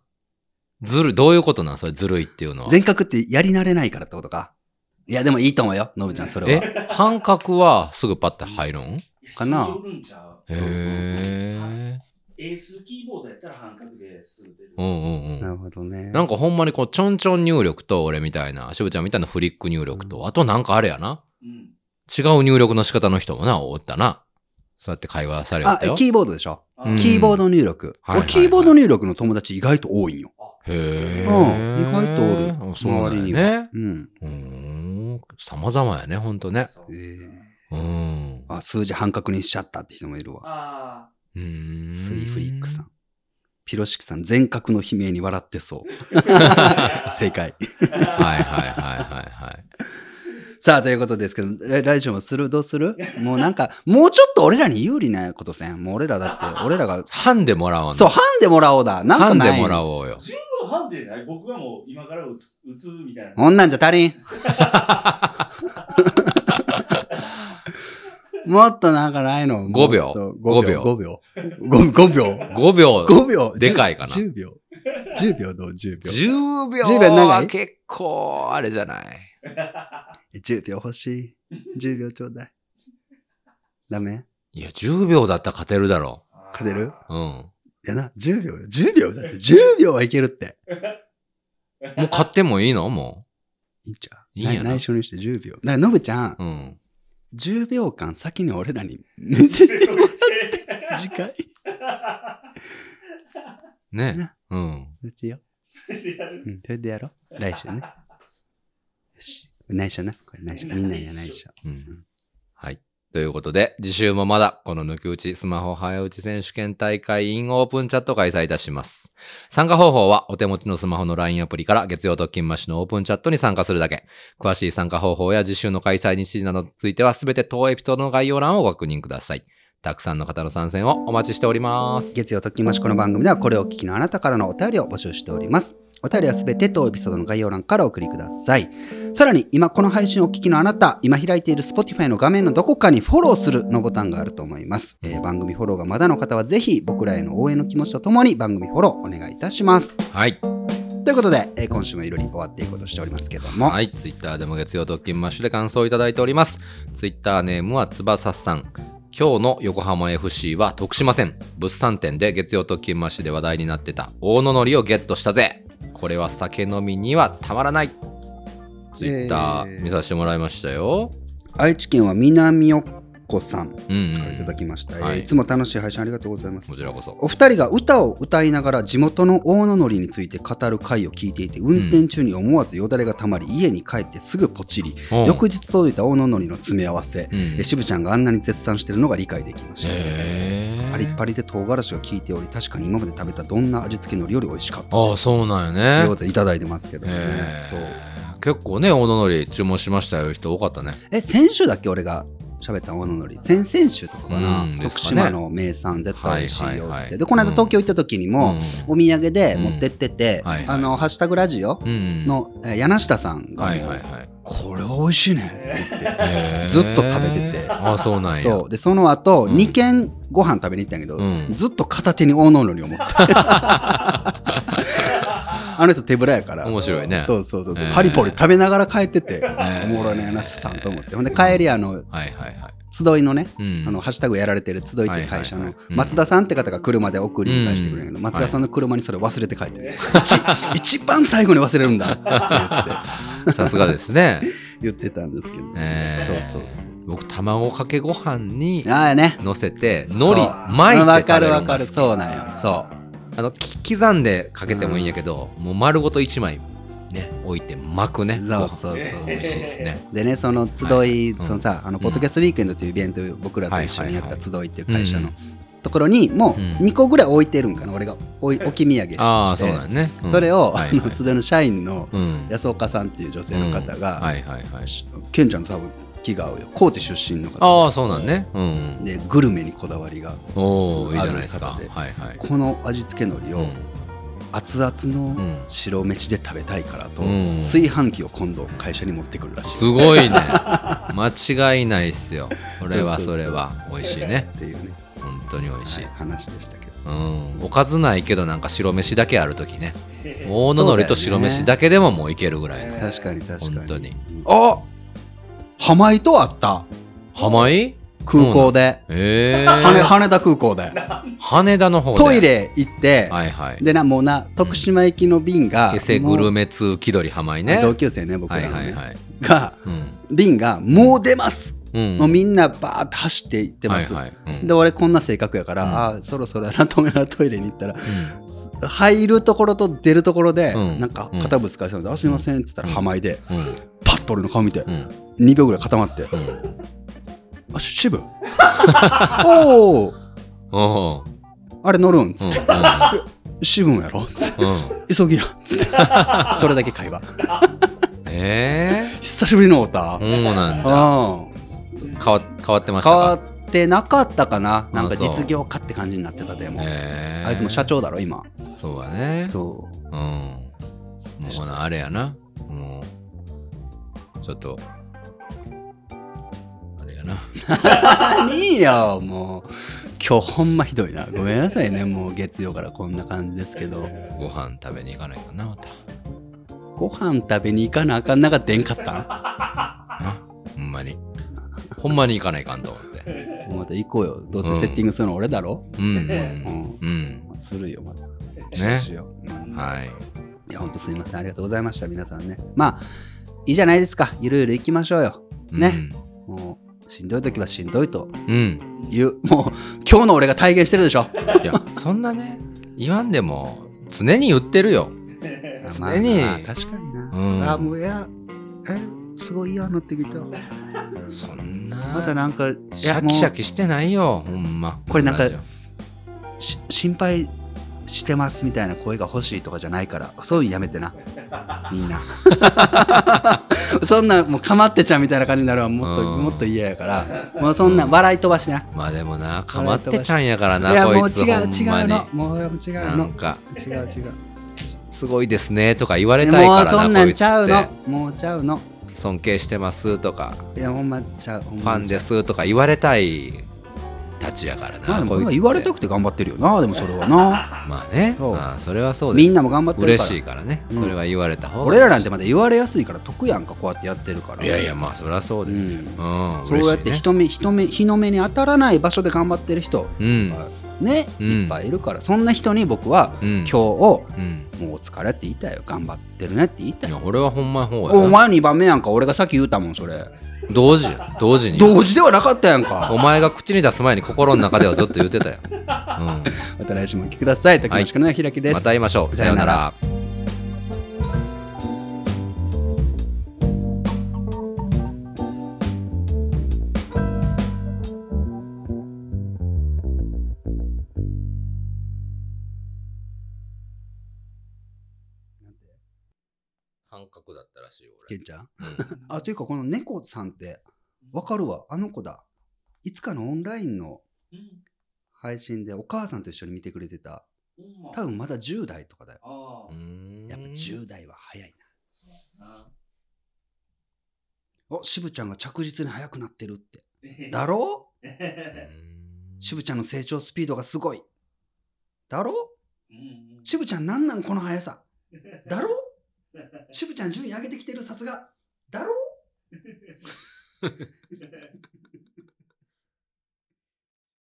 B: ずる、どういうことなんそれずるいっていうのは。
A: 全角ってやり慣れないからってことか。いや、でもいいと思うよ、のぶちゃん、それは。
B: え、半角はすぐパッて入るん
A: かな
C: 人によるんちゃう
B: へー。
C: エースキーボードやったら半角ですぐ出る。
B: うんうんう。
A: なんるほどね。
B: なんかほんまにこう、ちょんちょん入力と、俺みたいな、しぶちゃんみたいなフリック入力と、あとなんかあれやな。
C: うん。
B: 違う入力の仕方の人もな、おったな。そうやって会話され
A: あ
B: てたよ、。
A: キーボードでしょ。
C: あ
B: うん
A: キーボード入力。
B: はいはいはい
A: 俺、キーボード入力の友達意外と多いんよ。
B: へえ。
A: うん意外とおる
B: あそうなんや
A: 周りに
B: ね。
A: うん。
B: うーん。様々やね、ほんとね。
C: そうか
A: えー
B: うん。
A: あ、数字半角にしちゃったって人もいるわ。
C: あ
B: うーん
A: スイフリックさん。。ピロシキさん、全角の悲鳴に笑って
B: *laughs*
A: そう。
C: あ。
A: 正解。
B: はいはいはいはいはい。
A: さあ、ということですけど、来来週もするどうするもうなんか、もうちょっと俺らに有利なことせん。もう俺らだって、俺らが、
B: ハンでもらおう
A: そう、ハンでもらおうだ。なんか
B: ハン
A: ない。
B: でもらおうよ。
C: 十分判定ない僕がもう今から打つ、打つみたいな。
A: こんなんじゃ足
B: *laughs*
A: りん。もっとなんかないの。
B: 5秒
A: 5秒。5秒。
B: 5
A: 5秒。
B: 5秒。
A: 5秒。
B: でかいかな
A: 10秒。10秒どう ?10 秒。
B: 10秒
A: 10秒長
B: はい結構、あれじゃない。
A: 10秒欲
B: *laughs*
A: しい。10秒ちょうだい。ダメ
B: いや、10秒だったら勝てるだろ
A: 勝てる
B: う。うん。も
A: いやな、10秒よ。10秒だ
B: *laughs*
A: って。10秒はいけるって。
B: う勝ってもいいのも
A: いいんちゃう
B: いいんやな
A: 内緒にして10秒。だから、ノブちゃん、
B: う。うん。
A: 10秒間先に俺らに *laughs* 見せて、次回。
B: *laughs* ね
A: ね。
B: うん。
A: それでよ。うん、それでやろう。来
B: *laughs*
A: 週ね。よし。内緒な。これ内緒。みんなには内緒。
B: うんはい。ということで、次週もまだ、この抜き打ちスマホ早打ち選手権大会 in オープンチャット開催いたします。参加方法は、お手持ちのスマホの LINE アプリから月曜特勤マッシュのオープンチャットに参加するだけ。詳しい参加方法や次週の開催日時などについては、すべて当エピソードの概要欄をご確認ください。たくさんの方の参戦をお待ちしております。
A: 月曜ときましこの番組ではこれをお聞きのあなたからのお便りを募集しております。お便りはすべて当エピソードの概要欄からお送りください。さらに今この配信をお聞きのあなた、今開いている Spotify の画面のどこかにフォローするのボタンがあると思います。えー番組フォローがまだの方はぜひ僕らへの応援の気持ちとともに番組フォローお願いいたします。
B: はい。
A: ということで、えー今週もいろいろ終わっていこうとしておりますけども、
B: はい、ツイッターでも月曜特勤マッシュで感想をいただいております。ツイッターネームは翼さん。今日の横浜 FC は徳島戦。物産展で月曜特勤マッシュで話題になってた大野のりをゲットしたぜ。これは酒飲みにはたまらない。ツイッタ
A: え
B: ー
A: ー
B: 見させてもらいましたよ。
A: 愛知県は南よっこさんか
B: うん、う
A: らいただ
B: ん。
A: きました。
B: はい
A: えーいつも楽しい配信ありがとうございます
B: こ。ちらこそ。
A: お二人が歌を歌いながら地元の大野のりについて語る回を聞いていて運転中に思わずよだれがたまり家に帰ってすぐポチり、
B: うん
A: 翌日届いた大野のりの詰め合わせ、
B: うん
A: えしぶちゃんがあんなに絶賛してるのが理解できました、
B: へー
A: パリッパリで唐辛子が効いており確かに今まで食べたどんな味付けのりより美味しかった
B: あ
A: で
B: あ、
A: す
B: そうなん
A: という
B: よ
A: こ
B: ね。
A: とでいただいてますけどもね、
B: へ
A: そう
B: ー結構ね、大野のり注文しましたよ。人多かったね。
A: え先週だっけ俺が喋った大野のり先々週とかかな、
B: うんですかね
A: 徳島の名産絶対美味しいよっつって、
B: はいはいはい
A: でこの間東京行った時にも、
B: うん
A: お土産で持ってってて、
B: うんはい
A: あの、ハッシュタグラジオ
B: うん。
A: の、えー柳下さんが、
B: はいはいはい。
A: これは美味しいねって言って、
B: へー
A: ずっと食べてて
B: あ、そうなんや。
A: そう。で、その後、
B: うん
A: 2軒ご飯食べに行ったんやけど、
B: うん *laughs*
A: ずっと片手に大野のりを持って、あの人手ぶらやから。
B: 面白いね。
A: そうそうそう。
B: えー
A: パリポリ食べながら帰ってて、
B: ー
A: おもろいね、なすさんと思って。ほんで帰り、あの、
B: はいはいはい。
A: 集いのね、
B: うん。
A: あの、ハッシュタグやられてる集いっていう会社
B: は
A: の
B: いはいはいうん
A: 松田さんって方が車で送り迎えしてくれるんやけ
B: う
A: ど、
B: ん
A: 松田さんの車にそれ忘れて帰ってる。 *laughs* 一一番最後に忘れるんだって
B: さすがで
A: *laughs*
B: すね。
A: 言って言ってたんですけど。
B: えー
A: そうそうそう。
B: 僕、卵かけご飯に
A: ああね。
B: 乗せて、海苔
A: そう、
B: 巻い
A: わ
B: て
A: かる
B: 食べる
A: わ
B: ん
A: か
B: が
A: る。
B: 好き
A: そうなんよ。そう。
B: あの、き刻んでかけてもいいんやけど、もう丸ごと一枚、ね、置いて巻くね。
A: そうそうそう
B: ご飯美味しいですね。
A: でねその集い、
B: うん
A: そのさあのポッドキャストウィークエンドっていうイベント僕らと一緒にやった集いっていう会社
B: う
A: の
B: ん
A: ところにもう
B: うん
A: 2個ぐらい置いてるんかな俺がおい置き土産して
B: ああ、そうだよね。うん
A: それを、
B: は
A: あ
B: い
A: の集いの社員の
B: うん。
A: 安岡さんっていう女性の方が、
B: はいはいはい。
A: ケンちゃんと多分気が合うよ高知出身の方
B: ああ、そうなんね。うん。
A: でグルメにこだわりが
B: おおいいじゃないですか。
A: ある方
B: はい
A: で
B: はい。
A: この味付け海苔
B: う
A: を
B: ん
A: 熱々
B: う
A: の
B: ん
A: 白飯で食べたいからと、
B: うん
A: 炊飯器を今度会社に持ってくるらし
B: す
A: いっ
B: ごいね。間違いないっすよ。それはそれは。美味しいね。
A: ていうね、
B: 本当に美味しい
A: はい。話でしたけど。
B: うん。おかずないけどなんか白飯だけあるときね。大野のりと白飯だけでももういけるぐらいの。
A: 確かに確かに
B: 本当に
A: あ浜井と会った
B: 浜井
A: 空港で、
B: ええ
A: 羽羽田空港で
B: 羽田の方で。
A: トイ。レ行って、
B: はいはい。
A: でなもうな徳島行きの便が、
B: エセグル
A: メ
B: メ通気取り浜井ね。
A: 同級生ね僕
B: は
A: ら
B: い
A: のね、
B: はいはい。
A: が
B: うん。
A: 便がもう出ます、
B: うん。
A: もうみんなバーって走って行ってます、
B: はいはいうん
A: で俺こんな性格やから、あーそろそろやなと思いながらトイレに行ったら *laughs* 入るところと出るところで、
B: うん
A: なんか肩ぶつかりそうなんで「あすいません」っつったら浜井で、
B: うん。うん。
A: パッと俺の顔見て、
B: うん。
A: 2秒ぐらい固まって
B: うん。
A: あ、し渋 *laughs* おお
B: おう
A: あれ乗るんつ
B: うん
A: って、渋んやろつって
B: うん。
A: *laughs* 急ぎやつってそれだけ会話
B: うん。ええ
A: 久しぶりのおたうん
B: そうなんだ。変わ変わってま
A: 変
B: したか
A: わってなかったかななんか
B: そう
A: 実業家って感じになってたでも、
B: ええ
A: あいつも社長だろ今
B: そうだね。
A: そ
B: うん。もうほなあれやな。もう、ちょっと、あれやな。
A: ういいよもう今日ほんまひどいなごめんなさいねもう月曜からこんな感じですけど
B: ご飯食べに行かないかな、また。
A: ご飯食べに行かなあかんなか出んかった
B: ほんまに。ほんまに行かないかんと思って。
A: んまた行こうよどうせセッティングするの俺だろ、
B: うん。
A: うん
B: うん。
A: するよまた
B: ね
A: しよううん
B: うん。はい。
A: いや、ほんとすいません。ありがとうございました。皆さんね。まあ、いいじゃないですか。ゆるゆる行きましょうよ。ね。もう、しんどい時はしんどいと
B: うん。うん。
A: いう、もう、今日の俺が体現してるでしょ。
B: いや、そんなね、言わんでも、常に言ってるよ。常に
A: まあまあまあ確かにな。
B: うん
A: あ、もう、いや、え、すごい嫌になってきた。ま
B: そんな。
A: たなんか、い
B: シ
A: や
B: ャキシャ
A: も
B: キしてないよ、ほんま。
A: これなんか
B: ラジオ
A: うし心配してますみたいな声が欲しいとかじゃないから、そういうのやめてな。みんな。 *laughs* そんな、もう、かまってちゃんみたいな感じになるわ。もっと、
B: うん
A: もっと嫌やから。もう、そんな、笑い飛ばしな。
B: まあでもな、かまってちゃんやから
A: い
B: な、
A: や
B: こ
A: もう
B: いつ。
A: 違う
B: ほんま
A: 違う
B: に
A: のもう違う
B: な
A: の
B: んか、
A: 違う違う
B: すごいですねとか言われ
A: で
B: たい
A: も
B: か
A: う
B: らな、
A: そんな
B: こ
A: ん
B: いつ
A: ちゃう
B: っ
A: のもうちゃうの
B: て。尊敬してますとか、
A: いやほんまちゃうほんま
B: ファンですとか言われたいたちやから
A: まあ
B: な、
A: でも
B: こいつって。
A: 言われたくて頑張ってるよなでもそれはな
B: まあね、
A: そう
B: まあそれはそうで
A: み
B: す
A: ん。なも頑張ってるから
B: 嬉しいからね、
A: うん
B: それは言われた方が
A: 俺らなんてまだ言われやすいから得やんかこうやってやってるから
B: いやいや、まあそりゃそうですよ。
A: う
B: うんん、
A: そうやって
B: 嬉しいね
A: 人目人目日の目に当たらない場所で頑張ってる人
B: うん、
A: ね
B: うん
A: いっぱいいるからそんな人に僕は
B: うん
A: 今日を
B: うん。
A: もうお疲れって言いたいよ頑張ってるねって言いた
B: い
A: い
B: や、俺はほんま方
A: お
B: やな。
A: 前2番目やんか俺がさっき言うたもんそれ
B: 同時や、同時に。
A: 同時ではなかったやん
B: *laughs*
A: か
B: お前が口に出す前に心の中ではずっと言ってたよ。うん
A: また来週もお聞きください。竹内くんのひらきです。
B: また会いましょう。さような
A: さような
B: ら。半角だったらしい
A: けんちゃん。あ、というか、この猫さんって、わかるわ。あの子だ。いつかのオンラインの配信でお母さんと一緒に見てくれてた。多分まだ10代とかだよ。
C: ああ
B: 俺。う、ーん
A: やっぱ10代は早い
C: そうやな。
A: な。お、しぶちゃんが着実に速くなってるって。だろ
B: うん
A: しぶちゃんの成長スピードがすごい。だろ
C: *laughs* うんうん
A: しぶちゃんなんなんこの速さ。だろ *laughs* しぶちゃん順位上げてきてる、さすが。だろ